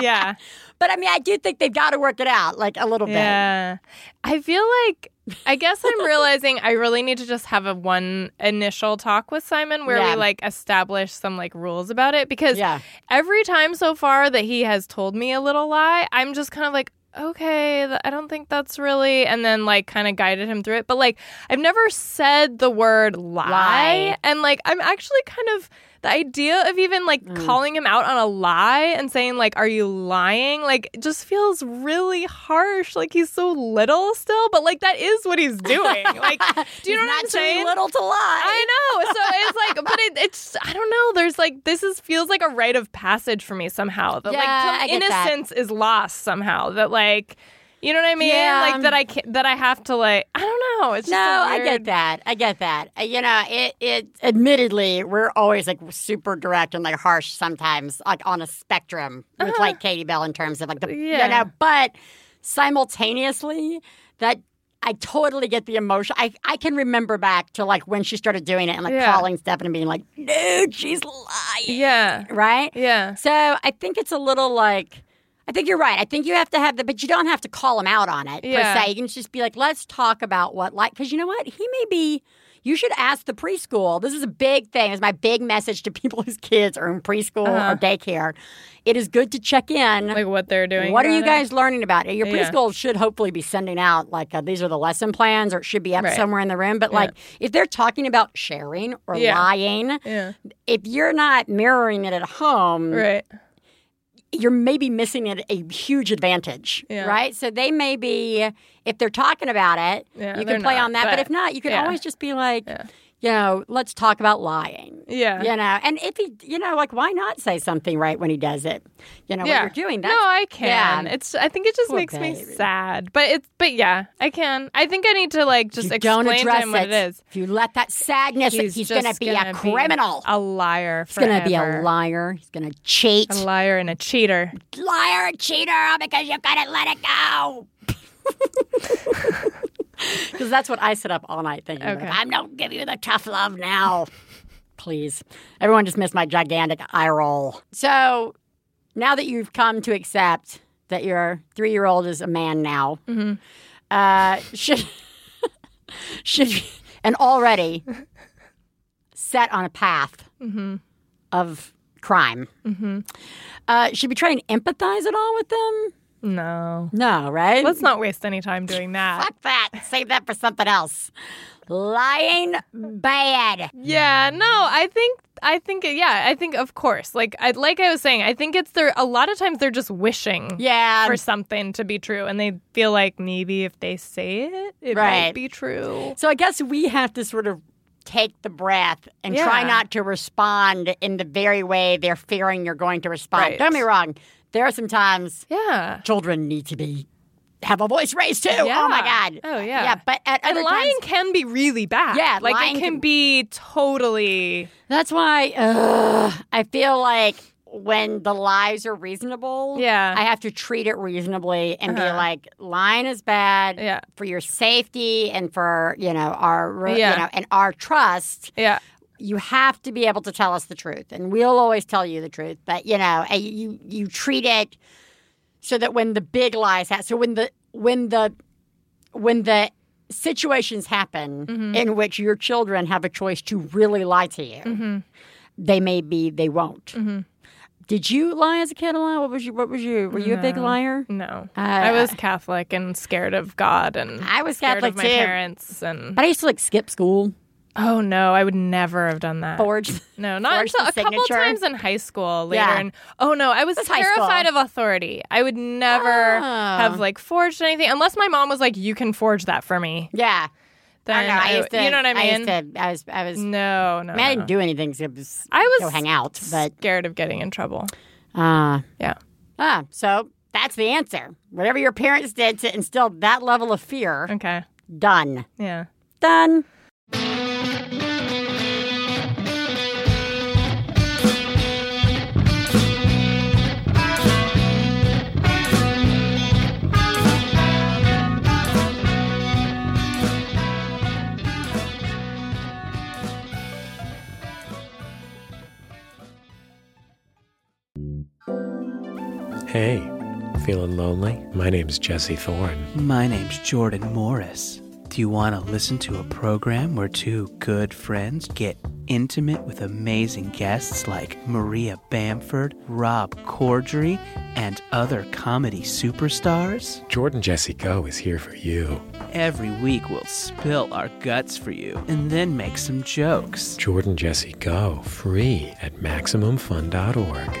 S2: yeah.
S1: but I mean, I do think they've got to work it out like a little bit.
S2: Yeah. I feel like I guess I'm realizing I really need to just have a one initial talk with Simon where
S1: Yeah.
S2: we like establish some like rules about it because
S1: Yeah.
S2: every time so far that he has told me a little lie, I'm just kind of like okay, th- I don't think that's really and then like kind of guided him through it. But like I've never said the word lie,
S1: Lie.
S2: and like I'm actually kind of the idea of even like
S1: Mm.
S2: calling him out on a lie and saying like are you lying like it just feels really harsh like he's so little still but like that is what he's doing like do you
S1: He's
S2: know
S1: not
S2: what i'm
S1: too
S2: saying
S1: little to lie.
S2: I know. So it's like, but it, it's I don't know. There's like this is feels like a rite of passage for me somehow. That
S1: Yeah, I
S2: like some
S1: get that.
S2: innocence is lost somehow. That like, you know what I mean?
S1: Yeah. um
S2: Like that I can, that I have to like I don't know. It's just
S1: No,
S2: a
S1: I get
S2: weird-
S1: that. I get that. Uh, You know, it, it admittedly, we're always like super direct and like harsh sometimes, like on a spectrum with like Katie Bell in terms of like the, you
S2: Uh-huh. Yeah.
S1: know, but simultaneously, that I totally get the emotion. I, I can remember back to like when she started doing it and like
S2: Yeah.
S1: calling Stefan and being like, dude, she's lying.
S2: Yeah,
S1: Right?
S2: yeah,
S1: So I think it's a little like I think you're right. I think you have to have the, but you don't have to call him out on it
S2: Yeah.
S1: per se. You can just be like, let's talk about what like because you know what he may be. You should ask the preschool. This is a big thing. It's my big message to people whose kids are in preschool
S2: Uh-huh.
S1: or daycare. It is good to check in.
S2: like what they're doing.
S1: what are
S2: about
S1: you
S2: it.
S1: guys learning about? Your
S2: Yeah.
S1: preschool should hopefully be sending out like uh, these are the lesson plans, or it should be up
S2: Right.
S1: somewhere in the room. But
S2: Yeah.
S1: like if they're talking about sharing or
S2: Yeah.
S1: lying,
S2: Yeah,
S1: if you're not mirroring it at home,
S2: right.
S1: you're maybe missing it a huge advantage,
S2: Yeah.
S1: right? So they may be, if they're talking about it,
S2: Yeah,
S1: you
S2: they're
S1: can play
S2: not,
S1: on that. But,
S2: but-
S1: if not, you can
S2: yeah.
S1: always just be like,
S2: Yeah.
S1: you know, let's talk about lying.
S2: Yeah.
S1: You know, and if he, you know, like, why not say something right when he does it? You know,
S2: Yeah.
S1: when you're doing
S2: No,
S1: that.
S2: I can.
S1: Yeah.
S2: It's. I think it just
S1: Poor
S2: makes me
S1: baby.
S2: sad. But it's. But yeah, I can. I think I need to like just
S1: you
S2: explain
S1: don't address
S2: to him what it is.
S1: If you let that sadness, he's, going to
S2: just
S1: be a
S2: gonna
S1: criminal.
S2: a liar.
S1: he's going to be a
S2: forever.
S1: liar. He's going to cheat.
S2: a liar and a cheater.
S1: liar and cheater because you couldn't let it go. Because that's what I sit up all night thinking. about.
S2: Okay.
S1: I don't give you the tough love now. Please. Everyone just missed my gigantic eye roll. So now that you've come to accept that your three year old is a man now, uh, should, should, and already set on a path of crime, uh, should we try and empathize at all with them?
S2: No,
S1: No, right?
S2: let's not waste any time doing that.
S1: Fuck that. Save that for something else. Lying bad.
S2: Yeah, no, I think I think yeah, I think of course. Like I like I was saying, I think it's their a lot of times they're just wishing
S1: Yeah.
S2: for something to be true, and they feel like maybe if they say it, it might
S1: Right.
S2: be true.
S1: So I guess we have to sort of take the breath and try
S2: Yeah.
S1: not to respond in the very way they're fearing you're going to respond.
S2: Right.
S1: Don't get me wrong. There are some times
S2: Yeah.
S1: children need to be have a voice raised too. Oh my
S2: Yeah.
S1: God.
S2: Oh, yeah.
S1: Yeah. But at
S2: And
S1: other
S2: lying
S1: times,
S2: can be really bad.
S1: Yeah,
S2: like
S1: lying
S2: it
S1: can-
S2: can be totally
S1: that's why ugh, I feel like when the lies are reasonable,
S2: Yeah.
S1: I have to treat it reasonably and be
S2: Uh-huh.
S1: like, lying is bad.
S2: yeah,
S1: for your safety and for you know our re-
S2: Yeah.
S1: you know and our trust
S2: yeah,
S1: you have to be able to tell us the truth and we'll always tell you the truth but you know and you you treat it so that when the big lies happen so when the when the when the situations happen
S2: Mm-hmm.
S1: in which your children have a choice to really lie to you
S2: Mm-hmm.
S1: they may be they won't did you lie as a kid a lot what was you what was you were you a big
S2: No.
S1: liar
S2: no.
S1: Uh,
S2: I was Catholic and scared of God and
S1: I was
S2: scared
S1: Catholic
S2: of my
S1: too.
S2: parents and
S1: but i used to like skip school
S2: oh no, I would never have done that.
S1: forge
S2: no, not
S1: forged
S2: until
S1: the
S2: a couple
S1: signature.
S2: times in high school later.
S1: Yeah.
S2: And oh no, I was
S1: That's high
S2: terrified of authority. I would never
S1: Ah.
S2: have like forged anything unless my mom was like, "You can forge that for me."
S1: yeah
S2: Then
S1: I don't know. I used to.
S2: you know what I mean?
S1: I used to. I was. I was.
S2: no, no,
S1: I, mean, I
S2: no.
S1: didn't do anything. 'cause It was.
S2: I was
S1: go hang out, but
S2: scared of getting in trouble.
S1: uh,
S2: Yeah.
S1: ah. So that's the answer. Whatever your parents did to instill that level of fear,
S2: Okay.
S1: done.
S2: Yeah.
S1: Done.
S3: Hey, feeling lonely? My name's Jesse Thorne.
S4: My name's Jordan Morris. Do you want to listen to a program where two good friends get intimate with amazing guests like Maria Bamford, Rob Corddry, and other comedy superstars?
S3: Jordan Jesse Go is here for you.
S4: Every week we'll spill our guts for you and then make some jokes.
S3: Jordan Jesse Go, free at MaximumFun.org.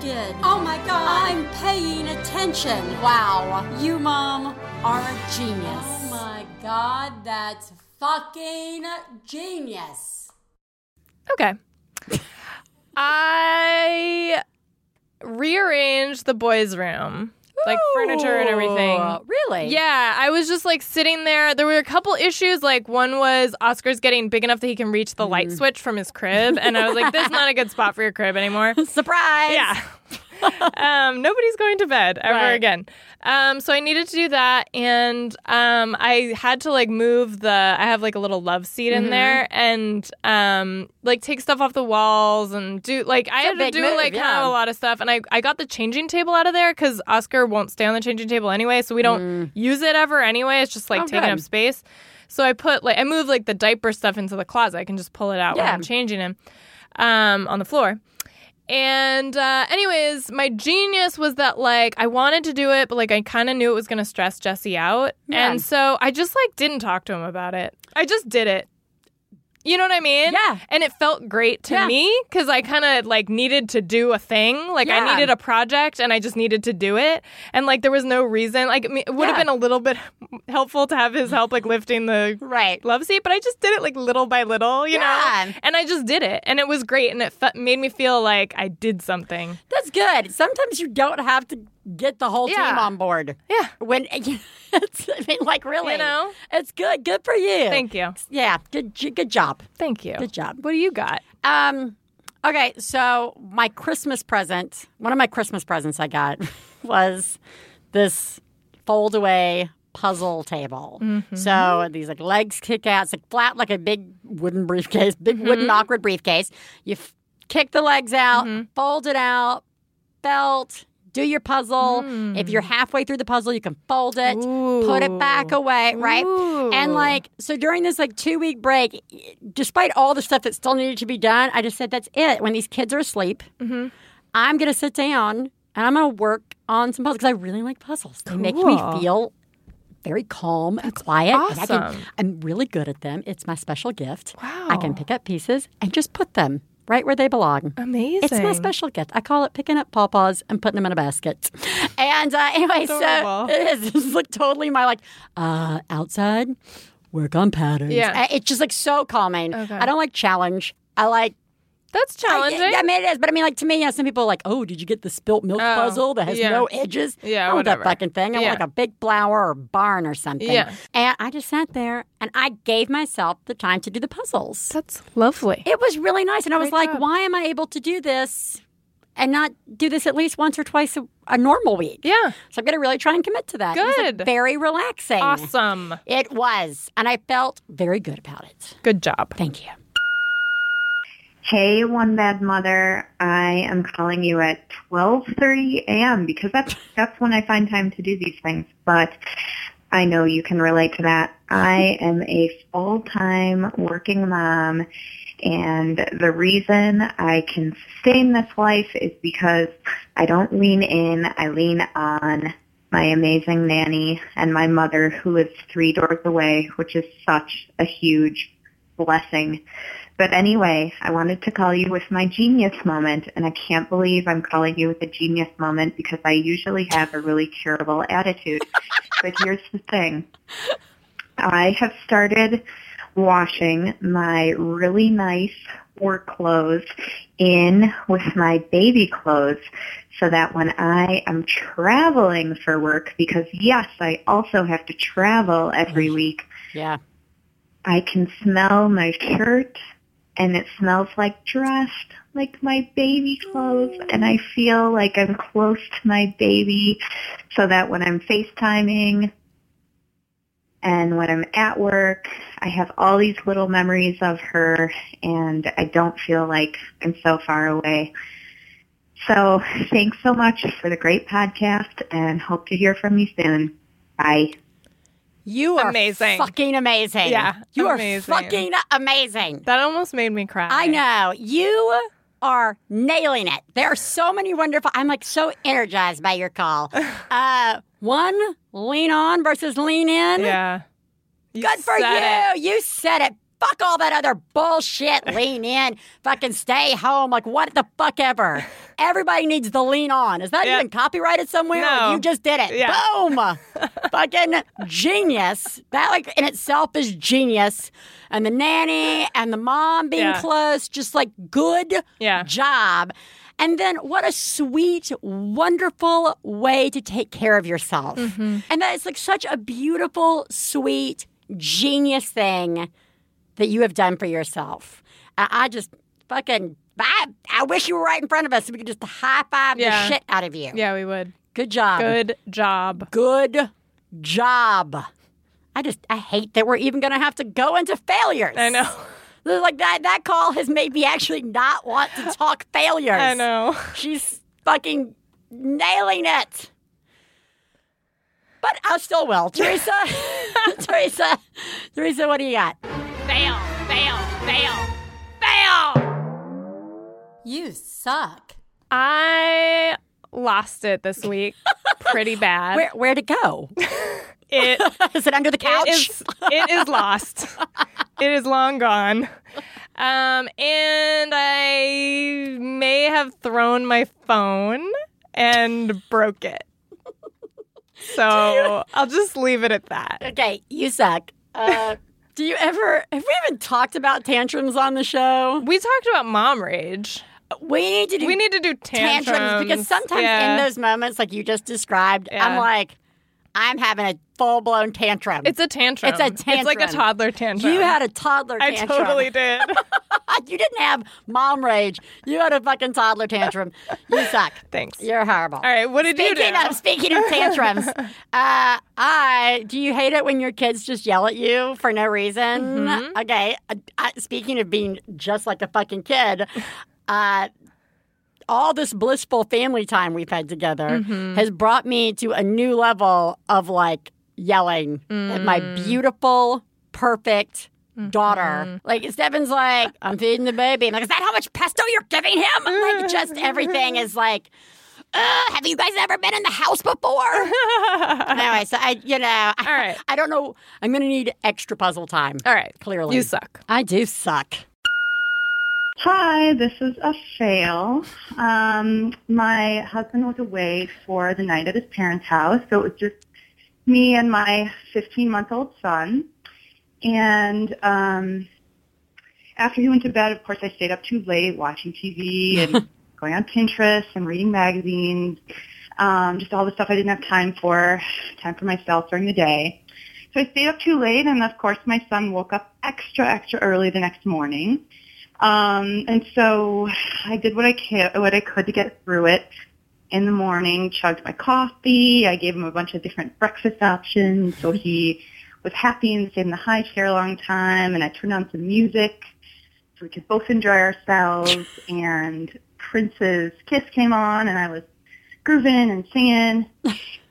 S1: did.
S5: Oh my god.
S1: I'm paying attention.
S5: Wow.
S1: You, Mom, are a genius.
S5: Oh my god, that's fucking genius.
S2: Okay. I rearranged the boys' room, like furniture and everything.
S1: Ooh, Really?
S2: Yeah, I was just like sitting there. There were a couple issues. Like one was Oscar's getting big enough that he can reach the light switch from his crib, and I was like, "This is not a good spot for your crib anymore."
S1: Surprise.
S2: Yeah. um, nobody's going to bed ever
S1: Right.
S2: again. Um, so I needed to do that, and um, I had to like move the. I have like a little love seat
S1: Mm-hmm.
S2: in there, and um, like take stuff off the walls and do like I
S1: a
S2: had to
S1: big
S2: do
S1: move,
S2: like kind
S1: yeah.
S2: of a lot of stuff. And I I got the changing table out of there because Oscar won't stay on the changing table anyway, so we don't use it ever anyway. It's just like
S1: Mm. Oh,
S2: taking
S1: good.
S2: up space. So I put like I moved like the diaper stuff into the closet. I can just pull it out
S1: Yeah.
S2: when I'm changing him um, on the floor. And uh, anyways, my genius was that like I wanted to do it, but like I kind of knew it was gonna stress Jesse out,
S1: Yeah.
S2: and so I just like didn't talk to him about it. I just did it. You know what I mean?
S1: Yeah.
S2: And it felt great to
S1: Yeah.
S2: me because I kind of like needed to do a thing. Like
S1: Yeah.
S2: I needed a project and I just needed to do it. And like there was no reason. Like I mean, it would have
S1: Yeah.
S2: been a little bit helpful to have his help like lifting the
S1: Right.
S2: love seat, but I just did it like little by little, you
S1: Yeah.
S2: know? And I just did it. And it was great. And it fe- made me feel like I did something.
S1: That's good. Sometimes you don't have to get the whole team
S2: Yeah.
S1: on board.
S2: Yeah.
S1: When it's, I mean, like really,
S2: You know?
S1: it's good. Good for you.
S2: Thank you.
S1: Yeah. Good. j- Good job.
S2: Thank you.
S1: Good job.
S2: What do you got?
S1: Um. Okay. So my Christmas present, one of my Christmas presents I got was this fold away puzzle table. So these like legs kick out. It's like flat, like a big wooden briefcase, big wooden awkward briefcase. You f- kick the legs out, fold it out, belt. Do your puzzle. If
S2: Hmm.
S1: you're halfway through the puzzle, you can fold it, put it back away, right? And like, so during this like two week break, despite all the stuff that still needed to be done, I just said, that's it. When these kids are asleep,
S2: Mm-hmm.
S1: I'm going to sit down and I'm going to work on some puzzles because I really like puzzles. They make me
S2: Cool.
S1: feel very calm and quiet. and I
S2: awesome.
S1: can, I'm really good at them. It's my special gift. I can
S2: Wow.
S1: pick up pieces and just put them right where they belong.
S2: Amazing.
S1: It's my special gift. I call it picking up pawpaws and putting them in a basket. And uh, anyway, so
S2: Adorable.
S1: it is it's like totally my like uh, outside work on patterns.
S2: Yeah.
S1: Uh, it's just like so calming.
S2: Okay.
S1: I don't like challenge. I like
S2: That's challenging.
S1: I, I mean, it is, but I mean, like to me, you know, some people are like, "Oh, did you get the spilt milk
S2: Oh,
S1: puzzle that has
S2: yeah.
S1: no edges?"
S2: Yeah,
S1: I want
S2: whatever.
S1: that fucking thing. I
S2: Yeah.
S1: want like a big flower or barn or something.
S2: Yeah.
S1: and I just sat there and I gave myself the time to do the puzzles.
S2: That's lovely.
S1: It was really nice, and I was
S2: Great
S1: like,
S2: job.
S1: "Why am I able to do this and not do this at least once or twice a, a normal week?"
S2: Yeah.
S1: So I'm going to really try and commit to that. It was, like,
S2: Good.
S1: very relaxing.
S2: Awesome.
S1: It was, and I felt very good about it.
S2: Good job.
S1: Thank you.
S6: Hey, one bad mother. I am calling you at 12:30 a.m. because that's that's when I find time to do these things. But I know you can relate to that. I am a full-time working mom, and the reason I can sustain this life is because I don't lean in. I lean on my amazing nanny and my mother, who lives three doors away, which is such a huge blessing. But anyway, I wanted to call you with my genius moment, and I can't believe I'm calling you with a genius moment because I usually have a really curable attitude. but here's the thing. I have started washing my really nice work clothes in with my baby clothes so that when I am traveling for work, because yes, I also have to travel every week,
S1: Yeah.
S6: I can smell my shirt and it smells like dressed, like my baby clothes and I feel like I'm close to my baby so that when I'm FaceTiming and when I'm at work, I have all these little memories of her and I don't feel like I'm so far away. So thanks so much for the great podcast and hope to hear from you soon. Bye.
S1: You are
S2: Amazing.
S1: Fucking amazing.
S2: Yeah,
S1: You
S2: amazing.
S1: are fucking amazing.
S2: That almost made me cry.
S1: I know. You are nailing it. There are so many wonderful. I'm like so energized by your call. Uh, one lean on versus lean in.
S2: Yeah. You
S1: Good for
S2: said
S1: you. You said it. Fuck all that other bullshit. Lean in. Fucking stay home. Like what the fuck ever. Everybody needs the lean on. Is that
S2: Yeah.
S1: even copyrighted somewhere? Like,
S2: No.
S1: you just did it.
S2: Yeah.
S1: Boom. fucking genius. That like in itself is genius. And the nanny and the mom being
S2: Yeah.
S1: close, just like good
S2: Yeah.
S1: job. And then what a sweet, wonderful way to take care of yourself.
S2: Mm-hmm.
S1: And that is like such a beautiful, sweet, genius thing that you have done for yourself. I, I just fucking, I, I wish you were right in front of us so we could just high five
S2: Yeah.
S1: the shit out of you.
S2: Yeah, we would.
S1: Good job.
S2: Good job.
S1: Good job. I just, I hate that we're even going to have to go into failures.
S2: I know.
S1: Like that, that call has made me actually not want to talk failures.
S2: I know.
S1: She's fucking nailing it. But I still will. Teresa, Teresa, Teresa, what do you got?
S2: Fail, fail, fail, fail.
S5: You suck.
S2: I lost it this week pretty bad.
S1: Where, where'd it go?
S2: it
S1: Is it under the couch?
S2: It is, it is lost. it is long gone. Um, and I may have thrown my phone and broke it. So I'll just leave it at that.
S1: okay, you suck. Uh, do you ever, have we even talked about tantrums on the show?
S2: We talked about mom rage.
S1: We need to do
S2: We need to do
S1: tantrums,
S2: tantrums,
S1: because sometimes
S2: Yeah.
S1: in those moments, like you just described, I'm
S2: Yeah.
S1: like, I'm having a full blown tantrum.
S2: it's a tantrum.
S1: It's a
S2: It's like a
S1: tantrum.
S2: toddler tantrum.
S1: you had a toddler
S2: I
S1: tantrum.
S2: totally did.
S1: you didn't have mom rage. You had a fucking toddler tantrum. You suck.
S2: Thanks.
S1: You're horrible.
S2: All right, what did you do?
S1: Speaking of speaking of tantrums, uh, I do you hate it when your kids just yell at you for no reason?
S2: Mm-hmm.
S1: Okay, I, I, speaking of being just like a fucking kid, uh, all this blissful family time we've had together
S2: Mm-hmm.
S1: has brought me to a new level of like yelling at my
S2: Mm.
S1: beautiful, perfect.
S2: Mm-hmm.
S1: Daughter, like Stefan's like, I'm feeding the baby. I'm like, is that how much pesto you're giving him? Like, just everything is like, Ugh, have you guys ever been in the house before? anyway, so I, you know, I,
S2: All right.
S1: I don't know. I'm going to need extra puzzle time.
S2: All right.
S1: Clearly.
S2: You suck.
S1: I do suck.
S6: Hi, this is a fail. Um, my husband was away for the night at his parents' house, so it was just me and my 15-month-old son. And um, after he went to bed, of course, I stayed up too late watching TV and going on Pinterest and reading magazines, um, just all the stuff I didn't have time for, time for myself during the day. So I stayed up too late, and of course, my son woke up extra, extra early the next morning. Um, and so I did what I can, what I could to get through it. In the morning, chugged my coffee. I gave him a bunch of different breakfast options, so he was happy and stayed in the high chair a long time. And I turned on some music so we could both enjoy ourselves. And Prince's Kiss came on, and I was grooving and singing.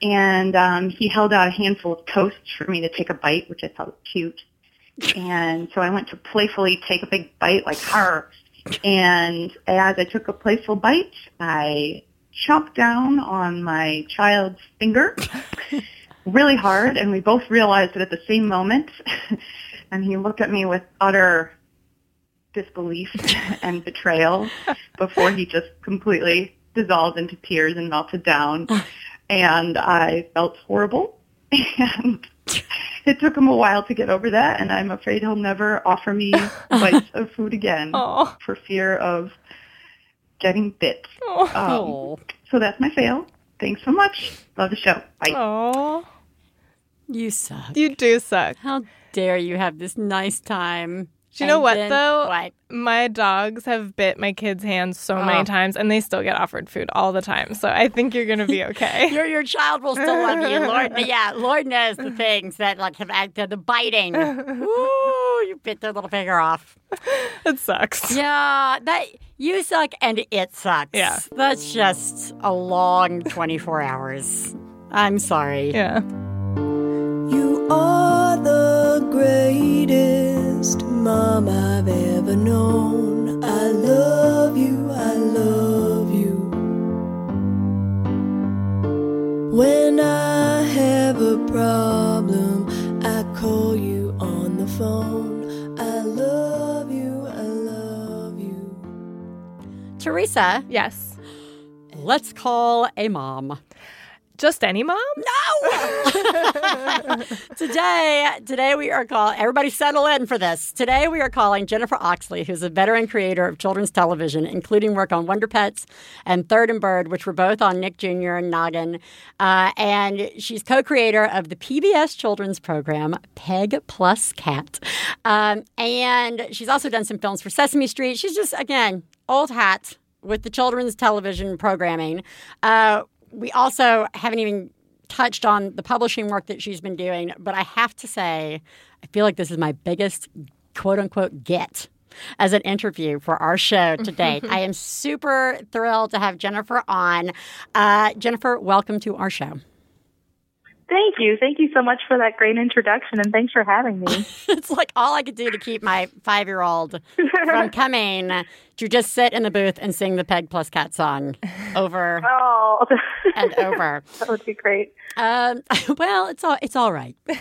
S6: And um, he held out a handful of toast for me to take a bite, which I thought was cute. And so I went to playfully take a big bite like her. And as I took a playful bite, I chomped down on my child's finger really hard. And we both realized it at the same moment. and he looked at me with utter disbelief and betrayal before he just completely dissolved into tears and melted down. And I felt horrible. And it took him a while to get over that, and I'm afraid he'll never offer me bites of food again
S2: Aw.
S6: for fear of getting bit.
S2: Oh.
S6: Um,
S1: oh,
S6: so that's my fail. Thanks so much. Love the show. Bye.
S2: Oh,
S1: you suck.
S2: you do suck.
S1: How dare you have this nice time?
S2: Do you know
S1: and
S2: what,
S1: then
S2: though?
S1: What?
S2: My dogs have bit my kids' hands so
S1: Oh.
S2: many times, and they still get offered food all the time. So I think you're going to be okay.
S1: Your your child will still love you, Lord. Yeah, Lord knows the things that like have acted the biting. Ooh, you bit their little finger off.
S2: it sucks.
S1: Yeah, that you suck and it sucks.
S2: Yeah.
S1: that's just a long twenty four hours. I'm sorry.
S2: Yeah.
S7: You are the greatest mom I've ever known. I love you, I love you. When I have a problem, I call you on the phone. I love you, I love you.
S1: Teresa,
S2: Yes.
S1: let's call a mom.
S2: Just any mom?
S1: Today, today we are calling. Everybody, settle in for this. Today we are calling Jennifer Oxley, who's a veteran creator of children's television, including work on Wonder Pets and Third and Bird, which were both on Nick Jr. and Noggin. Uh, and she's co-creator of the PBS children's program Peg Plus Cat, um, and she's also done some films for Sesame Street. She's just again old hat with the children's television programming. Uh, we also haven't even touched on the publishing work that she's been doing, but I have to say, I feel like this is my biggest quote unquote get as an interview for our show to date. I am super thrilled to have Jennifer on. Uh, Jennifer, welcome to our show.
S8: Thank you. Thank you so much for that great introduction and thanks for having me.
S1: it's like all I could do to keep my five year old from coming to just sit in the booth and sing the Peg Plus Cat song over
S8: oh,
S1: and over.
S8: that would be great.
S1: Um, well, it's all it's all right.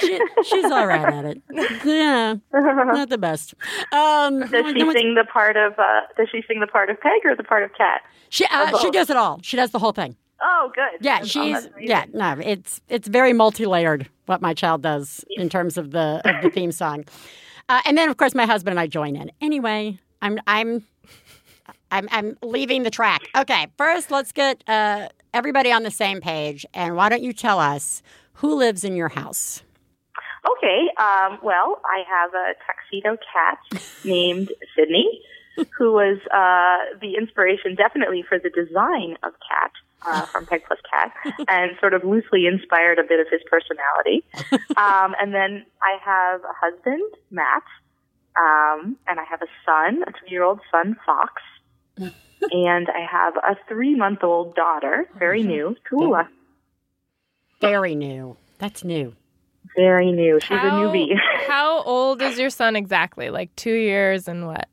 S1: she, she's all right at it. Yeah, not the best. Um,
S8: Does
S1: no
S8: she
S1: one's-
S8: sing the part of uh does she sing the part of Peg or the part of Cat?
S1: she, uh, she does it all. She does the whole thing.
S8: Oh, good.
S1: Yeah,
S8: That's
S1: she's
S8: awesome.
S1: yeah. No, it's it's very multi layered what my child does in terms of the of the theme song, uh, and then of course my husband and I join in. Anyway, I'm I'm I'm I'm leaving the track. Okay, first let's get uh, everybody on the same page, and why don't you tell us who lives in your house?
S8: Okay. Um, well, I have a tuxedo cat named Sydney, who was uh, the inspiration definitely for the design of Cat uh, from Peg Plus Cat, and sort of loosely inspired a bit of his personality. Um, and then I have a husband, Matt, um, and I have a son, a three-year-old son, Fox. and I have a three-month-old daughter, very new, Tula.
S1: Very new. That's new.
S8: Very new. She's
S2: How-
S8: a newbie.
S2: how old is your son exactly? Like two years and what?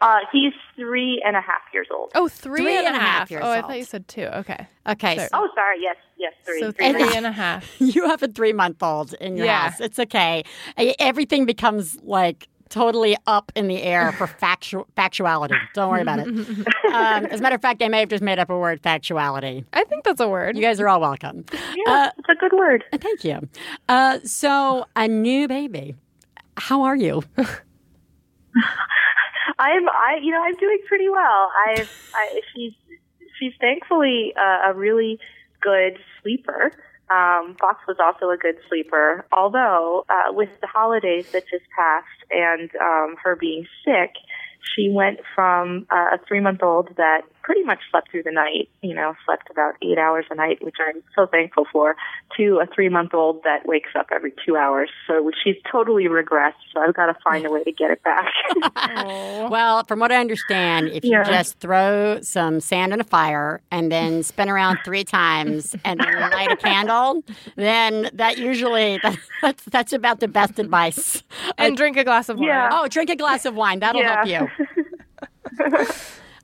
S8: Uh, he's three and a half years old.
S2: Oh, three
S1: Three
S2: and a half.
S1: and a half years
S2: Oh, I
S1: old.
S2: thought you said two. Okay.
S1: Okay,
S2: Sorry.
S1: so
S8: Oh, sorry. Yes, yes, three.
S2: So
S8: three
S2: three and
S8: and a half.
S2: a half.
S1: you have a three month old in your
S2: Yeah.
S1: house. It's okay. E- Everything becomes like totally up in the air for factu- factuality. Don't worry about it. Um, as a matter of fact, I may have just made up a word, factuality.
S2: I think that's a word.
S1: You guys are all welcome.
S8: Yeah, it's a good word.
S1: And Thank you. Uh, so, a new baby. How are you?
S8: I'm, I, you know, I'm doing pretty well. I've, I, she's, she's thankfully uh, a really good sleeper. Um, Fox was also a good sleeper, although uh, with the holidays that just passed and um, her being sick, she went from uh, a three-month-old that pretty much slept through the night, you know, slept about eight hours a night, which I'm so thankful for, to a three-month-old that wakes up every two hours. So she's totally regressed. So I've got to find a way to get it back.
S1: Well, from what I understand, if
S8: Yeah.
S1: you just throw some sand in a fire and then spin around three times and then light a candle, then that usually that's that's about the best advice.
S2: and drink a glass of wine.
S8: Yeah.
S1: Oh, drink a glass of wine. That'll
S8: Yeah.
S1: help you.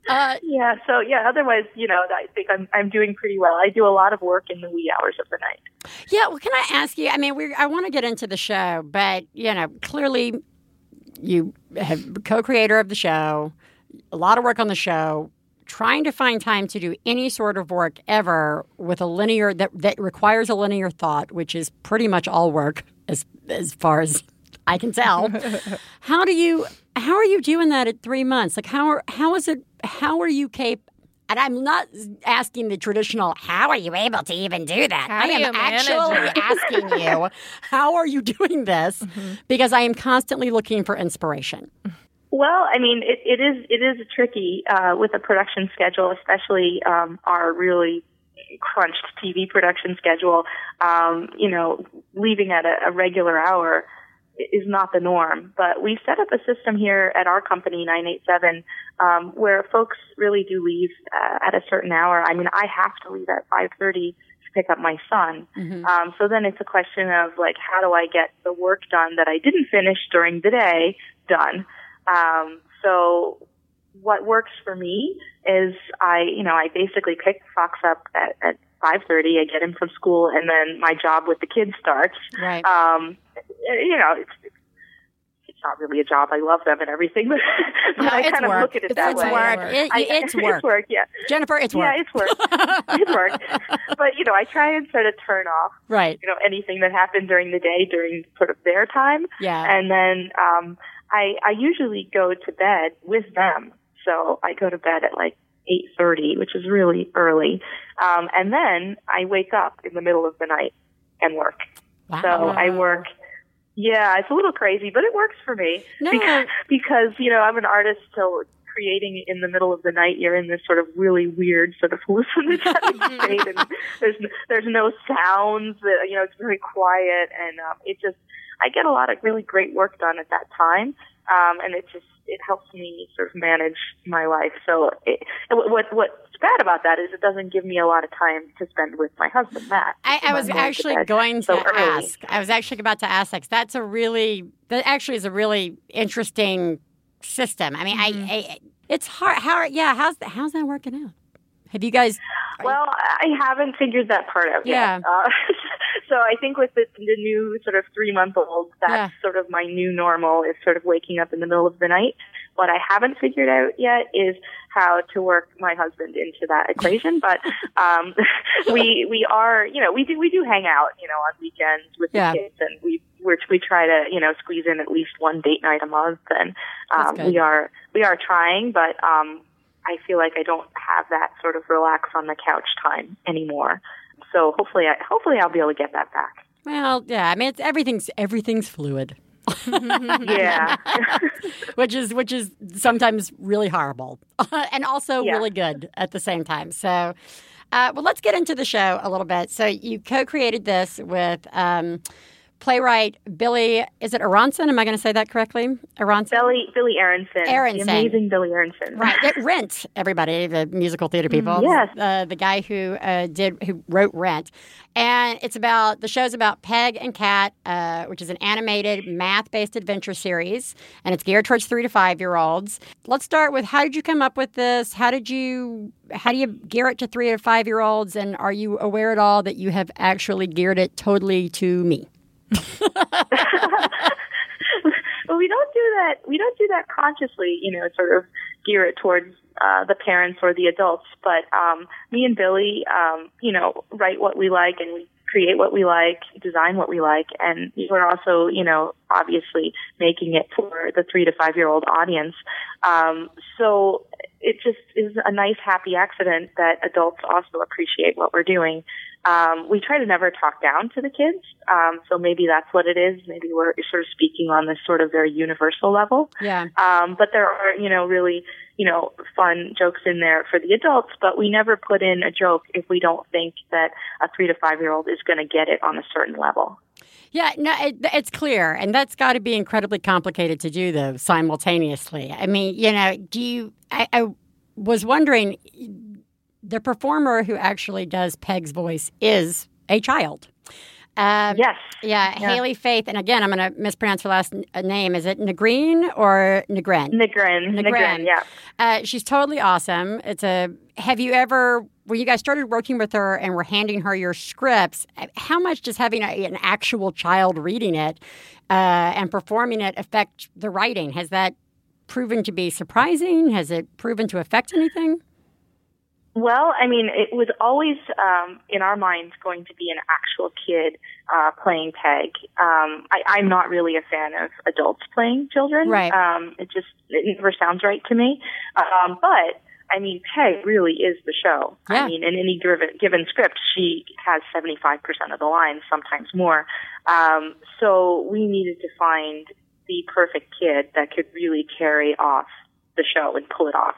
S1: Uh,
S8: Yeah, so yeah, otherwise, you know, I think I'm I'm doing pretty well. I do a lot of work in the wee hours of the night.
S1: yeah. Well, can I ask you? I mean, we I want to get into the show, but you know, clearly, you have co-creator of the show, a lot of work on the show, trying to find time to do any sort of work ever with a linear that, that requires a linear thought, which is pretty much all work as as far as I can tell. how do you how are you doing that at three months? Like how are how is it how are you cap and I'm not asking the traditional, how are you able to even do that?
S2: How
S1: I
S2: do you
S1: am
S2: manage
S1: actually asking you, how are you doing this?
S2: Mm-hmm.
S1: Because I am constantly looking for inspiration.
S8: Well, I mean, it, it is it is tricky uh, with a production schedule, especially um, our really crunched TV production schedule. Um, you know, leaving at a, a regular hour i- is not the norm. But we've set up a system here at our company, 987, um, where folks really do leave uh, at a certain hour. I mean, I have to leave at 5:30 to pick up my son.
S2: Mm-hmm.
S8: Um, so then it's a question of like, how do I get the work done that I didn't finish during the day done? Um, so what works for me is I, you know, I basically pick Fox up at, at 5.30. I get him from school and then my job with the kids starts.
S1: Right.
S8: Um, you know, it's, it's not really a job. I love them and everything, but, but
S1: No,
S8: I
S1: it's
S8: kind of
S1: work.
S8: look at it
S1: It's-
S8: that
S1: it's
S8: way.
S1: work. It-
S8: I-
S1: it's work.
S8: it's work. Yeah.
S1: Jennifer, it's work.
S8: Yeah, it's work. it's work. But you know, I try and sort of turn off
S1: right.
S8: you know anything that happened during the day during sort of their time
S1: Yeah.
S8: and then um i i usually go to bed with them so i go to bed at like 8:30 which is really early um and then i wake up in the middle of the night and work
S1: Wow.
S8: so i work yeah it's a little crazy but it works for me
S1: No.
S8: because, because you know i'm an artist so creating in the middle of the night you're in this sort of really weird sort of hallucinatory state and there's n- there's no sounds that you know it's very quiet and um, it just i get a lot of really great work done at that time um, and it just it helps me sort of manage my life so it, what what- what's bad about that is it doesn't give me a lot of time to spend with my husband matt
S1: I, I
S8: My
S1: was
S8: going to
S1: actually
S8: bed
S1: going to
S8: so early.
S1: ask. I was actually about to ask. Like, that's a really that actually is a really interesting system. I mean, I, I it's hard. How yeah? How's how's that working out? Have you guys?
S8: Well, I haven't figured that part out
S1: Yeah.
S8: yet. Uh, so I think with the, the new sort of three month old, that's
S1: Yeah.
S8: sort of my new normal is sort of waking up in the middle of the night. What I haven't figured out yet is how to work my husband into that equation. But um, we we are you know we do we do hang out you know on weekends with
S1: Yeah.
S8: the kids and we we're, we try to you know squeeze in at least one date night a month and
S1: That's
S8: um,
S1: good.
S8: we are we are trying, but um, I feel like I don't have that sort of relax on the couch time anymore. So hopefully, I, hopefully I'll be able to get that back.
S1: Well, yeah. I mean, it's everything's everything's fluid,
S8: Yeah,
S1: which is which is sometimes really horrible, and also
S8: Yeah.
S1: really good at the same time. So, uh, well, let's get into the show a little bit. So, you co-created this with. Um, Playwright Billy, is it Aronson? Am I going to say that correctly? Aronson?
S8: Billy Billy Aronson, the
S1: Aronson.
S8: amazing Billy Aronson.
S1: Right, that Rent. Everybody, the musical theater people.
S8: Yes.
S1: uh, the guy who uh, did who wrote Rent, and it's about the show's about Peg and Cat, uh, which is an animated math-based adventure series, and it's geared towards three to five-year-olds. Let's start with how did you come up with this? How did you how do you gear it to three to five-year-olds? And are you aware at all that you have actually geared it totally to me?
S8: but we don't do that. We don't do that consciously. You know, sort of gear it towards uh, the parents or the adults. But um, me and Billy, um, you know, write what we like and we create what we like, design what we like, and we're also, you know, obviously making it for the three to five year old audience. Um, so it just is a nice, happy accident that adults also appreciate what we're doing. Um, we try to never talk down to the kids, um, so maybe that's what it is. Maybe we're sort of speaking on this sort of very universal level.
S1: Yeah.
S8: Um, but there are, you know, really, you know, fun jokes in there for the adults, but we never put in a joke if we don't think that a three to five year old is going to get it on a certain level.
S1: Yeah, no, it, it's clear, and that's got to be incredibly complicated to do though simultaneously. I mean, you know, do you? I, I was wondering, the performer who actually does Peg's voice is a child. Um,
S8: Yes.
S1: yeah, Haley Faith, and again, I'm going to mispronounce her last n- uh, name. Is it Negreen or Negren?
S8: Nigrin.
S1: Nigrin.
S8: Nigrin, yeah.
S1: Uh, she's totally awesome. It's a. Have you ever, when you guys started working with her and were handing her your scripts, how much does having a, an actual child reading it uh, and performing it affect the writing? Has that proven to be surprising? Has it proven to affect anything?
S8: Well, I mean, it was always um, in our minds going to be an actual kid uh, playing tag. Um, I, I'm not really a fan of adults playing children.
S1: Right.
S8: Um, it just it never sounds right to me. Um, but I mean, Peg really is the show.
S1: Yeah.
S8: I mean, in any given given script, she has 75% of the lines, sometimes more. Um, so we needed to find the perfect kid that could really carry off the show and pull it off.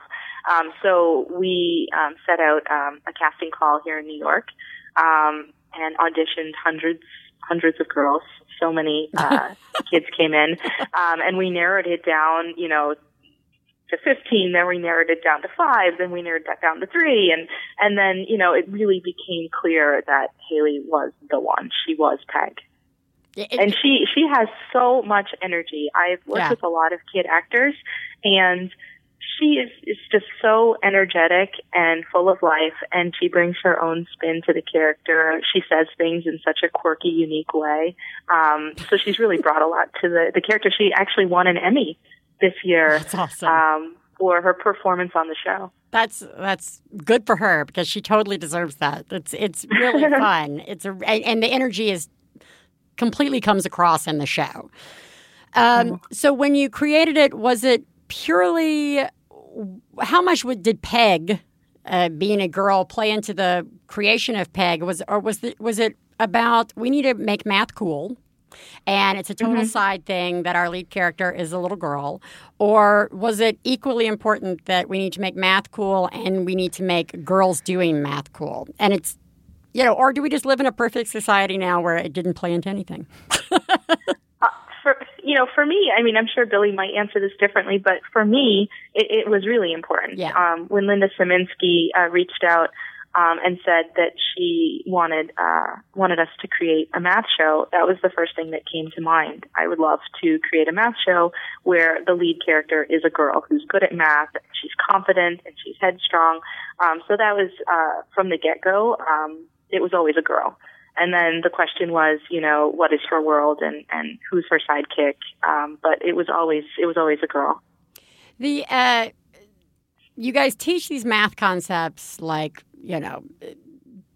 S8: Um, so we um, set out um, a casting call here in New York um, and auditioned hundreds hundreds of girls. So many uh, kids came in, um, and we narrowed it down. You know, to 15, then we narrowed it down to five, then we narrowed that down to three, and, and then, you know, it really became clear that Haley was the one. She was Peg. And she, she has so much energy. I've worked
S1: Yeah.
S8: with a lot of kid actors, and she is, is just so energetic and full of life, and she brings her own spin to the character. She says things in such a quirky, unique way. Um, so she's really brought a lot to the, the character. She actually won an Emmy this year
S1: That's awesome.
S8: um, for her performance on the show.
S1: That's that's good for her because she totally deserves that. It's it's really fun. It's a and, and the energy is completely comes across in the show. Um, so when you created it, was it purely how much would, did Peg, uh, being a girl, play into the creation of Peg? Was or was the, was it about we need to make math cool? and it's a total side thing that our lead character is a little girl? Or was it equally important that we need to make math cool and we need to make girls doing math cool? And it's, you know, or do we just live in a perfect society now where it didn't play into anything?
S8: For you know, for me, I mean, I'm sure Billy might answer this differently, but for me, it, it was really important.
S1: Yeah.
S8: Um, when Linda Saminsky uh, reached out um, and said that she wanted uh, wanted us to create a math show, that was the first thing that came to mind. I would love to create a math show where the lead character is a girl who's good at math, she's confident, and she's headstrong. Um, so that was uh, from the get go. Um, it was always a girl. And then the question was, you know, what is her world and, and who's her sidekick? Um, but it was always it was always a girl.
S1: The uh, you guys teach these math concepts like you know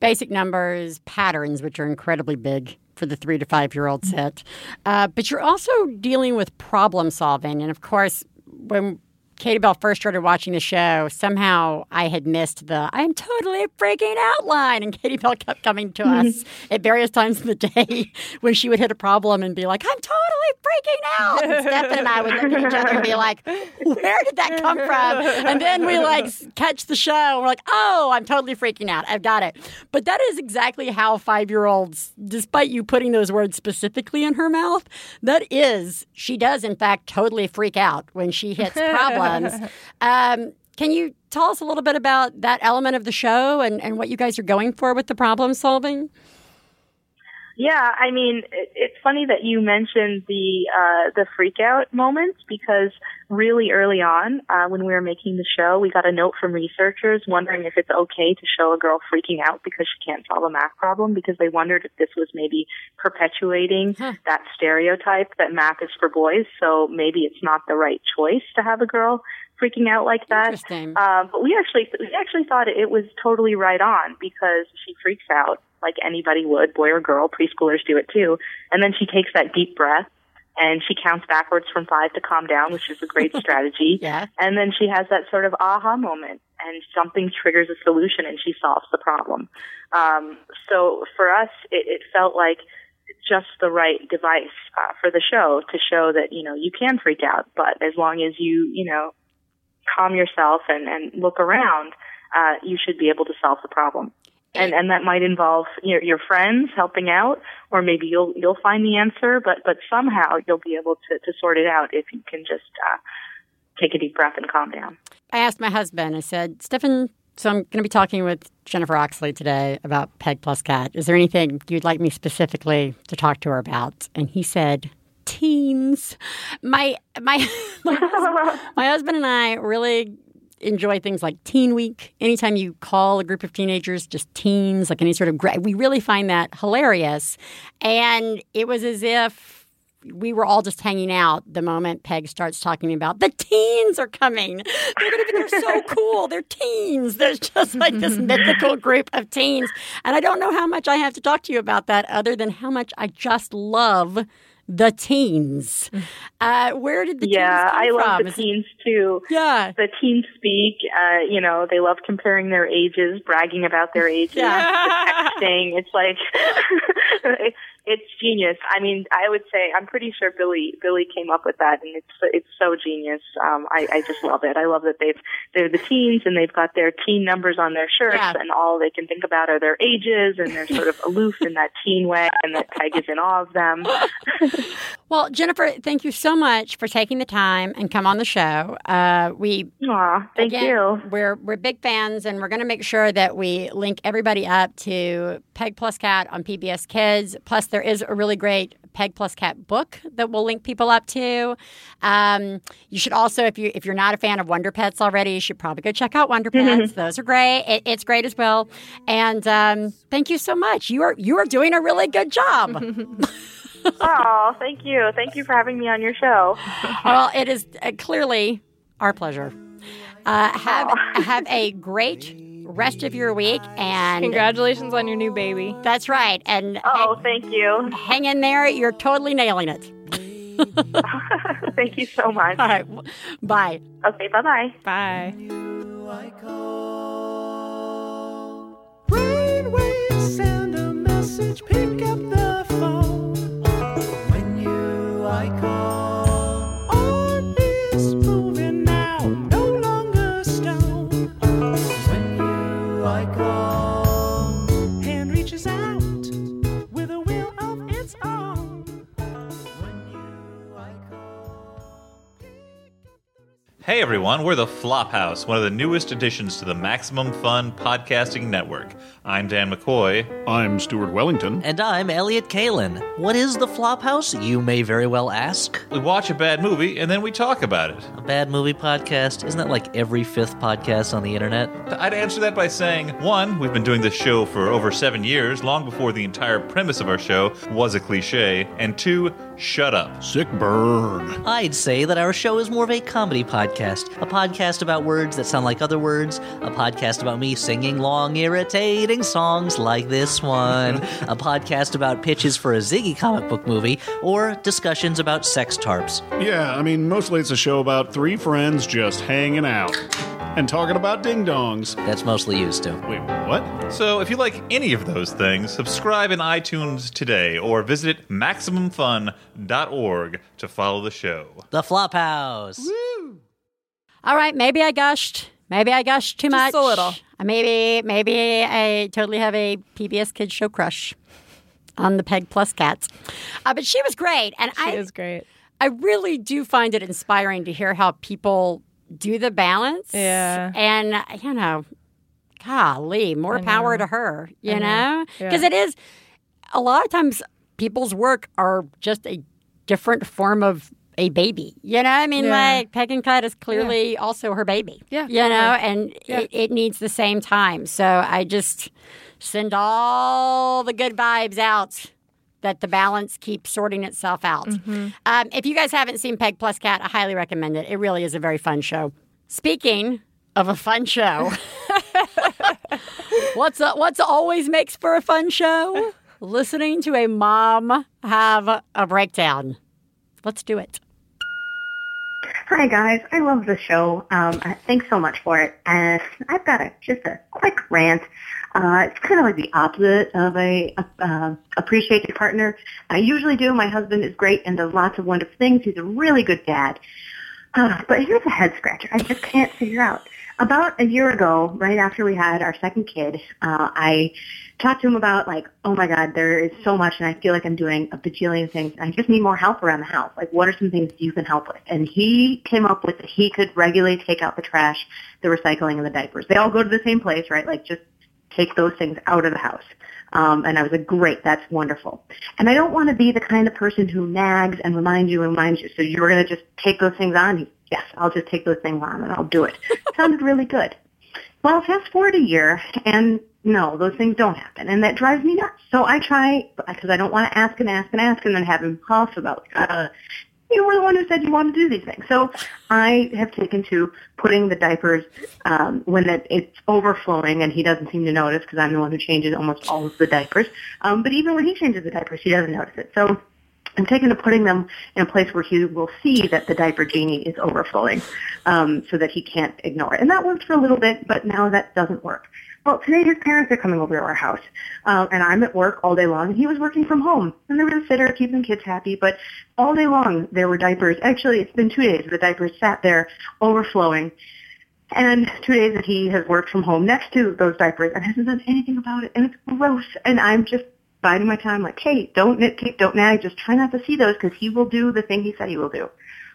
S1: basic numbers, patterns, which are incredibly big for the three to five year old set. Uh, but you're also dealing with problem solving, and of course, when Katie Bell first started watching the show, somehow I had missed the I'm totally freaking out line. And Katie Bell kept coming to us at various times of the day when she would hit a problem and be like, I'm totally freaking out. And Stefan and I would look at each other and be like, Where did that come from? And then we like s- catch the show and we're like, Oh, I'm totally freaking out. I've got it. But that is exactly how five year olds, despite you putting those words specifically in her mouth, that is, she does in fact totally freak out when she hits problems. Um, can you tell us a little bit about that element of the show and, and what you guys are going for with the problem solving?
S8: Yeah, I mean, it, it's funny that you mentioned the uh, the freak out moments because really early on, uh, when we were making the show, we got a note from researchers wondering if it's okay to show a girl freaking out because she can't solve a math problem because they wondered if this was maybe perpetuating that stereotype that math is for boys. So maybe it's not the right choice to have a girl freaking out like that.
S1: Interesting.
S8: Um, but we actually we actually thought it was totally right on because she freaks out like anybody would, boy or girl. Preschoolers do it too, and then she takes that deep breath and she counts backwards from five to calm down, which is a great strategy.
S1: Yeah.
S8: And then she has that sort of aha moment, and something triggers a solution, and she solves the problem. Um, so for us, it, it felt like just the right device uh, for the show to show that you know you can freak out, but as long as you you know calm yourself and, and look around, uh, you should be able to solve the problem. And and that might involve your, your friends helping out, or maybe you'll you'll find the answer, but but somehow you'll be able to, to sort it out if you can just uh, take a deep breath and calm down.
S1: I asked my husband, I said, Stefan, so I'm going to be talking with Jennifer Oxley today about Peg Plus Cat. Is there anything you'd like me specifically to talk to her about? And he said, teens. My, my, my, husband, my husband and I really enjoy things like Teen Week. Anytime you call a group of teenagers just teens, like any sort of, gra- we really find that hilarious. And it was as if we were all just hanging out the moment Peg starts talking about the teens are coming. They're gonna be they're so cool. They're teens. There's just like this mythical group of teens. And I don't know how much I have to talk to you about that other than how much I just love the teens. Uh, where did the
S8: Mm-hmm. yeah,
S1: teens come
S8: I love
S1: from?
S8: the
S1: Is it-
S8: teens too.
S1: yeah.
S8: The teens speak. Uh, you know, they love comparing their ages, bragging about their ages,
S1: Yeah.
S8: texting. It's like it's genius. I mean, I would say I'm pretty sure Billy Billy came up with that, and it's it's so genius. Um, I, I just love it. I love that they've they're the teens and they've got their teen numbers on their shirts,
S1: Yeah.
S8: and all they can think about are their ages, and they're sort of aloof in that teen way, and that Peg is in awe of them.
S1: Well, Jennifer, thank you so much for taking the time and come on the show. Uh, we
S8: Aw, thank
S1: again,
S8: you.
S1: We're we're big fans, and we're going to make sure that we link everybody up to Peg Plus Cat on PBS Kids. Plus, there is a really great Peg Plus Cat book that we'll link people up to. Um, you should also, if you if you're not a fan of Wonder Pets already, you should probably go check out Wonder Pets. Those are great. It, it's great as well. And um, thank you so much. You are you are doing a really good job.
S8: Oh, thank you. Thank you for having me on your show.
S1: well, it is uh, clearly our pleasure. Uh, have have a great rest of your week, and
S2: Congratulations on your new baby.
S1: that's right. And
S8: Oh, thank you.
S1: hang in there; you're totally nailing it.
S8: thank you so much.
S1: All right, w- bye.
S8: Okay, bye bye.
S2: Bye.
S7: I call. Brainwaves send a message, pick up the phone. When you I call. Art is moving now, no longer stone. When you I call. Hand reaches out with a will of its own. When you I call.
S9: Hey everyone, we're the Flophouse, one of the newest additions to the Maximum Fun Podcasting Network. I'm Dan McCoy.
S10: I'm Stuart Wellington.
S11: And I'm Elliot Kalin. What is the Flophouse, you may very well ask?
S9: We watch a bad movie and then we talk about it.
S11: A bad movie podcast? Isn't that like every fifth podcast on the internet?
S9: I'd answer that by saying one, we've been doing this show for over seven years, long before the entire premise of our show was a cliche, and two, shut up.
S10: Sick burn.
S11: I'd say that our show is more of a comedy podcast, a podcast about words that sound like other words, a podcast about me singing long, irritating songs like this one, a podcast about pitches for a Ziggy comic book movie, or discussions about sex tarps.
S10: Yeah, I mean, mostly it's a show about three friends just hanging out and talking about ding dongs.
S11: That's mostly used to.
S10: Wait, what?
S9: So if you like any of those things, subscribe in iTunes today or visit MaximumFun.org to follow the show.
S11: The Flophouse.
S1: All right, maybe I gushed. Maybe I gushed too much.
S2: Just a little.
S1: Uh, Maybe maybe I totally have a PBS Kids show crush on the Peg Plus Cats. Uh, but she was great, and
S2: She
S1: I
S2: is great.
S1: I really do find it inspiring to hear how people do the balance.
S2: Yeah.
S1: And, you know, golly, more power to her, you know? Because it is, a lot of times people's work are just a different form of a baby. You know, I mean,
S2: Yeah.
S1: like Peg and Cut is clearly also her baby.
S2: Yeah.
S1: You know, and It, it needs the same time. So I just send all the good vibes out that the balance keeps sorting itself out.
S2: Mm-hmm.
S1: Um, if you guys haven't seen Peg Plus Cat, I highly recommend it. It really is a very fun show. Speaking of a fun show, what's uh, what's always makes for a fun show? Listening to a mom have a breakdown. Let's do it.
S6: Hi guys, I love the show. Um, uh, thanks so much for it. And I've got a, just a quick rant. Uh, it's kind of like the opposite of a, a uh, appreciate your partner. I usually do. My husband is great and does lots of wonderful things. He's a really good dad. Uh, but here's a head scratcher. I just can't figure out. About a year ago, right after we had our second kid, uh, I talked to him about like, oh my God, there is so much, and I feel like I'm doing a bajillion things, and I just need more help around the house. Like, what are some things you can help with? And he came up with that he could regularly take out the trash, the recycling, and the diapers. They all go to the same place, right? Like, just take those things out of the house. Um, and I was like, great, that's wonderful. And I don't want to be the kind of person who nags and reminds you and reminds you. So you're going to just take those things on? He, yes, I'll just take those things on and I'll do it. Sounded really good. Well, fast forward a year and no, those things don't happen. And that drives me nuts. So I try, because I don't want to ask and ask and ask and then have him huff about, uh, you were the one who said you wanted to do these things. So I have taken to putting the diapers um, when that it's overflowing and he doesn't seem to notice because I'm the one who changes almost all of the diapers. Um, but even when he changes the diapers, he doesn't notice it. So I'm taken to putting them in a place where he will see that the diaper genie is overflowing um, so that he can't ignore it. And that worked for a little bit, but now that doesn't work. Well, today his parents are coming over to our house, uh, and I'm at work all day long. and He was working from home, and there was a sitter keeping kids happy, but all day long there were diapers. Actually, it's been two days. The diapers sat there overflowing, and two days that he has worked from home next to those diapers and hasn't done anything about it, and it's gross. And I'm just biding my time, like, hey, don't nitpick, don't nag, just try not to see those because he will do the thing he said he will do.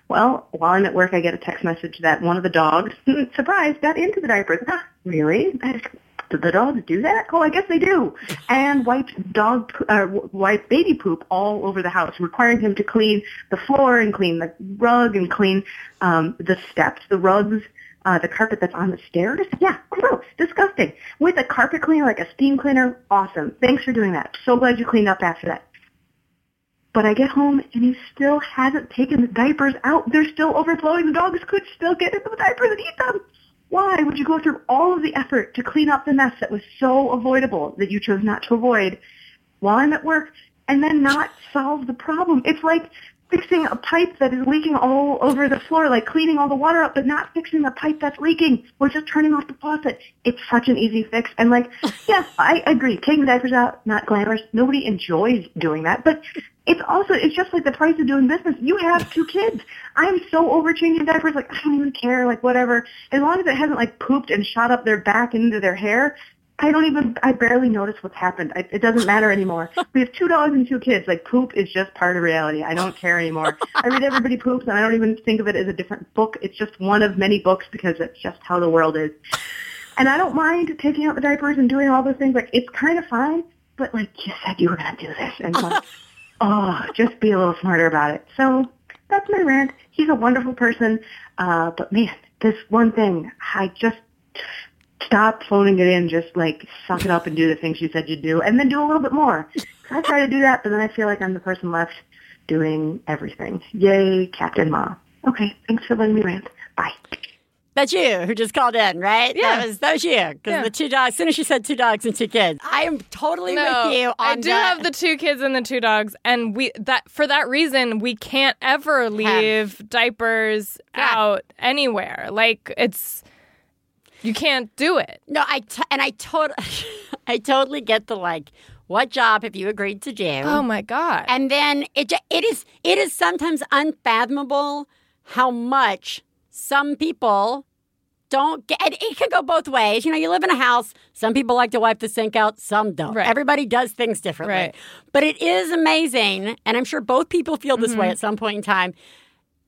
S6: Well, while I'm at work, I get a text message that one of the dogs, surprise, got into the diapers. Ah, really? Did the dogs do that? Oh, I guess they do. And wiped dog, po- uh, w- wiped baby poop all over the house, requiring him to clean the floor and clean the rug and clean um, the steps, the rugs, uh, the carpet that's on the stairs. Yeah, gross, disgusting. With a carpet cleaner, like a steam cleaner, awesome. Thanks for doing that. So glad you cleaned up after that. But I get home and he still hasn't taken the diapers out. They're still overflowing. The dogs could still get into the diapers and eat them. Why would you go through all of the effort to clean up the mess that was so avoidable that you chose not to avoid while I'm at work and then not solve the problem? It's like fixing a pipe that is leaking all over the floor, like cleaning all the water up, but not fixing the pipe that's leaking or just turning off the faucet. It's such an easy fix. And like, yes, I agree. Taking the diapers out, not glamorous. Nobody enjoys doing that, but it's also, it's just like the price of doing business. You have two kids. I'm so over changing diapers. Like, I don't even care. Like, whatever. As long as it hasn't like pooped and shot up their back and into their hair, I don't even, I barely notice what's happened. I, it doesn't matter anymore. We have two dogs and two kids. Like poop is just part of reality. I don't care anymore. I read everybody poops and I don't even think of it as a different book. It's just one of many books because that's just how the world is. And I don't mind taking out the diapers and doing all those things. Like it's kind of fine, but like you said you were going to do this. And like, oh, just be a little smarter about it. So that's my rant. He's a wonderful person. Uh, but man, this one thing, I just stop phoning it in. Just like suck it up and do the things you said you'd do, and then do a little bit more. 'Cause I try to do that, but then I feel like I'm the person left doing everything. Yay, Captain Ma. Okay, thanks for letting me rant. Bye.
S1: That's you who just called in, right? That was that was you because the two dogs. As soon as she said two dogs and two kids, I am totally with you. On
S2: I do
S1: that.
S2: have the two kids and the two dogs, and we that for that reason we can't ever leave diapers out anywhere. Like it's you can't do it.
S1: No, I t- and I totally, I totally get the like. What job have you agreed to do?
S2: Oh, my god!
S1: And then it ju- it is it is sometimes unfathomable how much some people don't get. And it can go both ways. You know, you live in a house. Some people like to wipe the sink out. Some don't. Everybody does things differently.
S2: Right.
S1: But it is amazing, and I'm sure both people feel this way
S2: Mhm.
S1: at some point in time.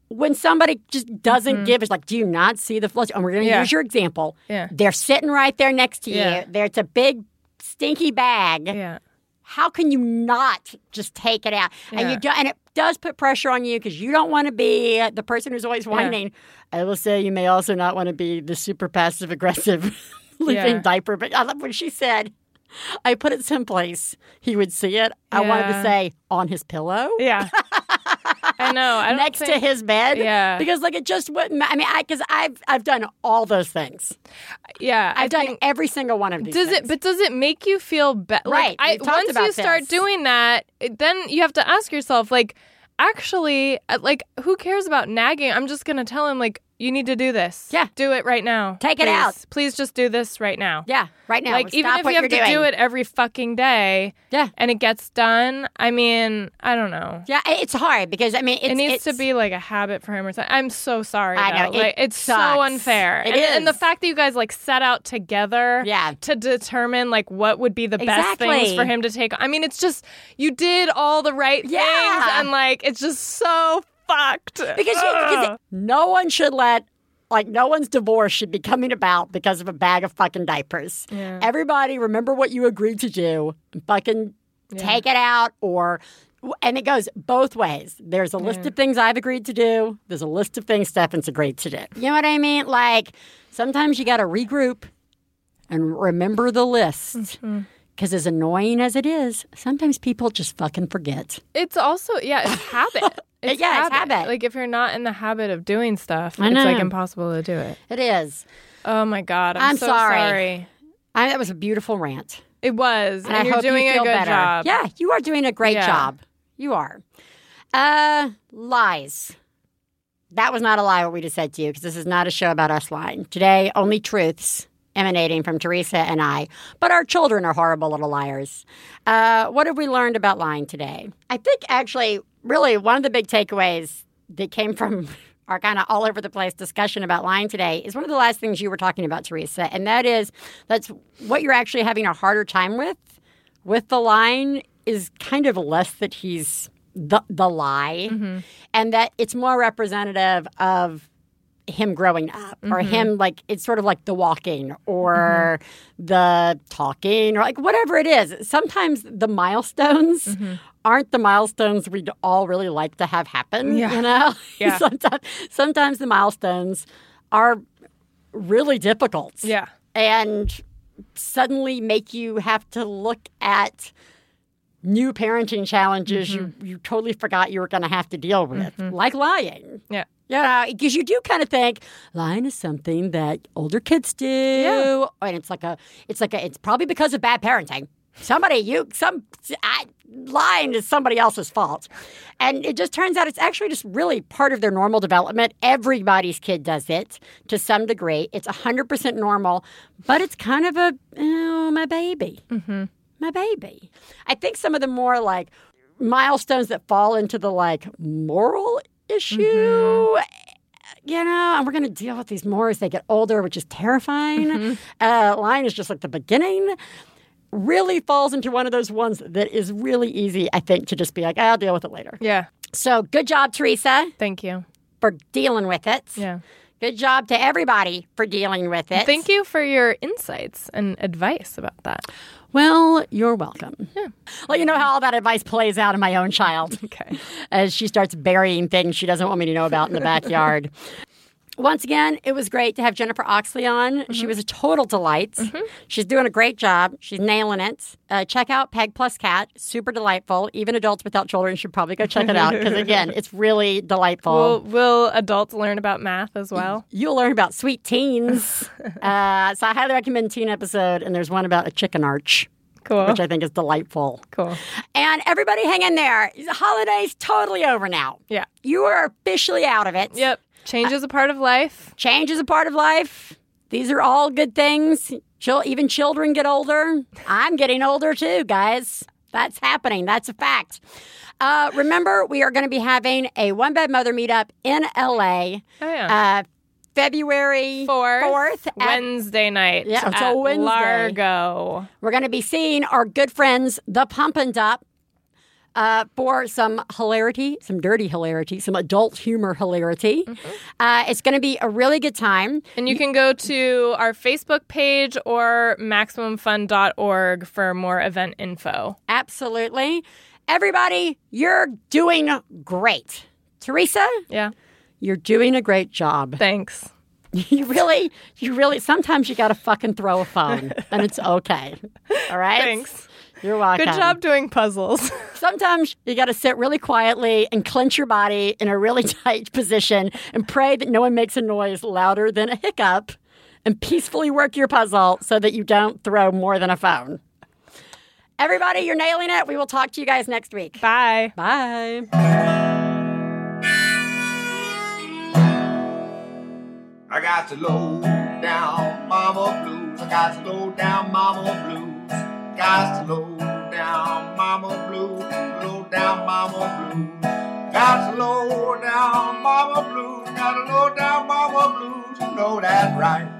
S1: When somebody just doesn't
S2: Mhm.
S1: give, it's like, do you not see the flush? And we're going to
S2: Yeah.
S1: use your example.
S2: Yeah.
S1: They're sitting right there next to
S2: Yeah.
S1: you. There, it's a big stinky bag.
S2: Yeah.
S1: How can you not just take it out? And
S2: Yeah.
S1: you do, and it does put pressure on you because you don't want to be the person who's always whining. I will say you may also not want to be the super passive aggressive leaving
S2: Yeah.
S1: diaper. But I love when she said, "I put it someplace he would see it." I wanted to
S2: Yeah.
S1: say on his pillow.
S2: Yeah. I know. I don't
S1: Next to
S2: think-
S1: his bed,
S2: Yeah.
S1: Because like it just wouldn't. ma- I mean, I because I've I've done all those things.
S2: Yeah,
S1: I've done every single one of these.
S2: Does it?
S1: things.
S2: But does it make you feel better?
S1: Right,
S2: I,
S1: we've talked
S2: once
S1: about
S2: you start
S1: this.
S2: doing that, it- then you have to ask yourself, like, actually, uh, like, who cares about nagging? I'm just gonna tell him, like, you need to do this. Yeah, do it right now.
S1: Take it
S2: Please.
S1: out.
S2: Please, just do this right now.
S1: Yeah, right now.
S2: Like, even
S1: Stop
S2: if
S1: what
S2: you have
S1: you're
S2: to
S1: doing.
S2: do it every fucking day.
S1: Yeah,
S2: and it gets done. I mean, I don't know.
S1: Yeah, i- it's hard because I mean, it's,
S2: it needs to
S1: it's-
S2: be like a habit for him or something. I'm so sorry.
S1: I know,
S2: though.
S1: it
S2: like, it's
S1: sucks.
S2: so unfair.
S1: It
S2: and, and the
S1: is.
S2: fact that you guys like set out together,
S1: Yeah.
S2: to determine like what would be the best things
S1: Exactly.
S2: for him to take. I mean, it's just you did all the right things,
S1: Yeah.
S2: and like it's just so fucked because,
S1: because, you,
S2: Ah.
S1: because no one should let like no one's divorce should be coming about because of a bag of fucking diapers.
S2: Yeah.
S1: Everybody, remember what you agreed to do. and Fucking take it out or. And it goes both ways. There's a list
S2: Yeah.
S1: of things I've agreed to do. There's a list of things Stefan's agreed to do. You know what I mean? Like sometimes you got to regroup and remember the list.
S2: Mm-hmm.
S1: Because as annoying as it is, sometimes people just fucking forget.
S2: It's also yeah, it's habit. It's
S1: Yeah, it's habit.
S2: Like if you're not in the habit of doing stuff,
S1: I
S2: it's like
S1: know.
S2: impossible to do it.
S1: It is.
S2: Oh my god, I'm,
S1: I'm
S2: so
S1: sorry.
S2: sorry.
S1: I, that was a beautiful rant.
S2: It was, and,
S1: I
S2: you're
S1: hope
S2: doing
S1: you feel
S2: a good
S1: better.
S2: job.
S1: Yeah, you are doing a great
S2: Yeah.
S1: job. You are. Uh, lies. That was not a lie what we just said to you because this is not a show about us lying. Today, only truths emanating from Teresa and I. But our children are horrible little liars. Uh, what have we learned about lying today? I think actually, really, one of the big takeaways that came from our kind of all over the place discussion about lying today is one of the last things you were talking about, Teresa, and that is that's what you're actually having a harder time with with the line is kind of less that he's the the lie
S2: Mm-hmm.
S1: and that it's more representative of him growing up or
S2: Mm-hmm.
S1: him like it's sort of like the walking or
S2: Mm-hmm.
S1: the talking or like whatever it is sometimes the milestones
S2: Mm-hmm.
S1: aren't the milestones we'd all really like to have happen
S2: Yeah.
S1: you know
S2: Yeah.
S1: sometimes, sometimes the milestones are really difficult
S2: Yeah.
S1: and suddenly make you have to look at new parenting challenges you, you totally forgot you were going to have to deal with, like lying.
S2: Yeah.
S1: You know, because you do kind of think lying is something that older kids do, and it's like a, it's like a, it's probably because of bad parenting. Somebody, you, some, I, lying is somebody else's fault, and it just turns out it's actually just really part of their normal development. Everybody's kid does it to some degree. It's hundred percent normal, but it's kind of a, oh, my baby my baby. I think some of the more like milestones that fall into the like moral issue,
S2: Mm-hmm.
S1: you know, and we're going to deal with these more as they get older, which is terrifying.
S2: Mm-hmm.
S1: Uh, line is just like the beginning. Really falls into one of those ones that is really easy, I think, to just be like, I'll deal with it later.
S2: Yeah.
S1: So good job, Teresa,
S2: Thank you.
S1: for dealing with it.
S2: Yeah.
S1: Good job to everybody for dealing with it.
S2: Thank you for your insights and advice about that.
S1: Well, you're welcome. Well, you know how all that advice plays out in my own child.
S2: Okay.
S1: as she starts burying things she doesn't want me to know about in the backyard. Once again, it was great to have Jennifer Oxley on. She was a total delight. She's doing a great job. She's nailing it. Uh, check out Peg Plus Cat. Super delightful. Even adults without children should probably go check it out because, again, it's really delightful.
S2: Will will adults learn about math as well?
S1: You'll learn about sweet teens. uh, so I highly recommend Teen Episode. And there's one about a chicken arch,
S2: Cool.
S1: which I think is delightful.
S2: Cool.
S1: And everybody hang in there. Holiday's totally over now.
S2: Yeah.
S1: You are officially out of it.
S2: Yep. Change is a part of life.
S1: Change is a part of life. These are all good things. Chil- even children get older. I'm getting older too, guys. That's happening. That's a fact. Uh, remember, we are going to be having a one bed mother meetup in LA
S2: Oh yeah.
S1: uh, February
S2: Fourth,
S1: 4th. at-
S2: Wednesday night.
S1: Yeah, it's a
S2: at
S1: Wednesday.
S2: Largo.
S1: we're going to be seeing our good friends, the Pump and Dump, uh, for some hilarity, some dirty hilarity, some adult humor hilarity.
S2: Mm-hmm.
S1: Uh, it's going to be a really good time.
S2: And you can go to our Facebook page or maximumfun.org for more event info.
S1: Absolutely. Everybody, you're doing great. Teresa,
S2: Yeah.
S1: you're doing a great job.
S2: Thanks.
S1: You really, you really, sometimes you got to fucking throw a phone and it's okay. All right?
S2: Thanks.
S1: You're welcome.
S2: Good job doing puzzles.
S1: Sometimes you got to sit really quietly and clench your body in a really tight position and pray that no one makes a noise louder than a hiccup and peacefully work your puzzle so that you don't throw more than a phone. Everybody, you're nailing it. We will talk to you guys next week.
S2: Bye.
S1: Bye.
S7: I got to low down mama blues. I got to low down mama blues. Got to low down mama blues. Low down mama blues. Got to low down mama blues. Got to low down mama blues. You know that right.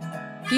S1: If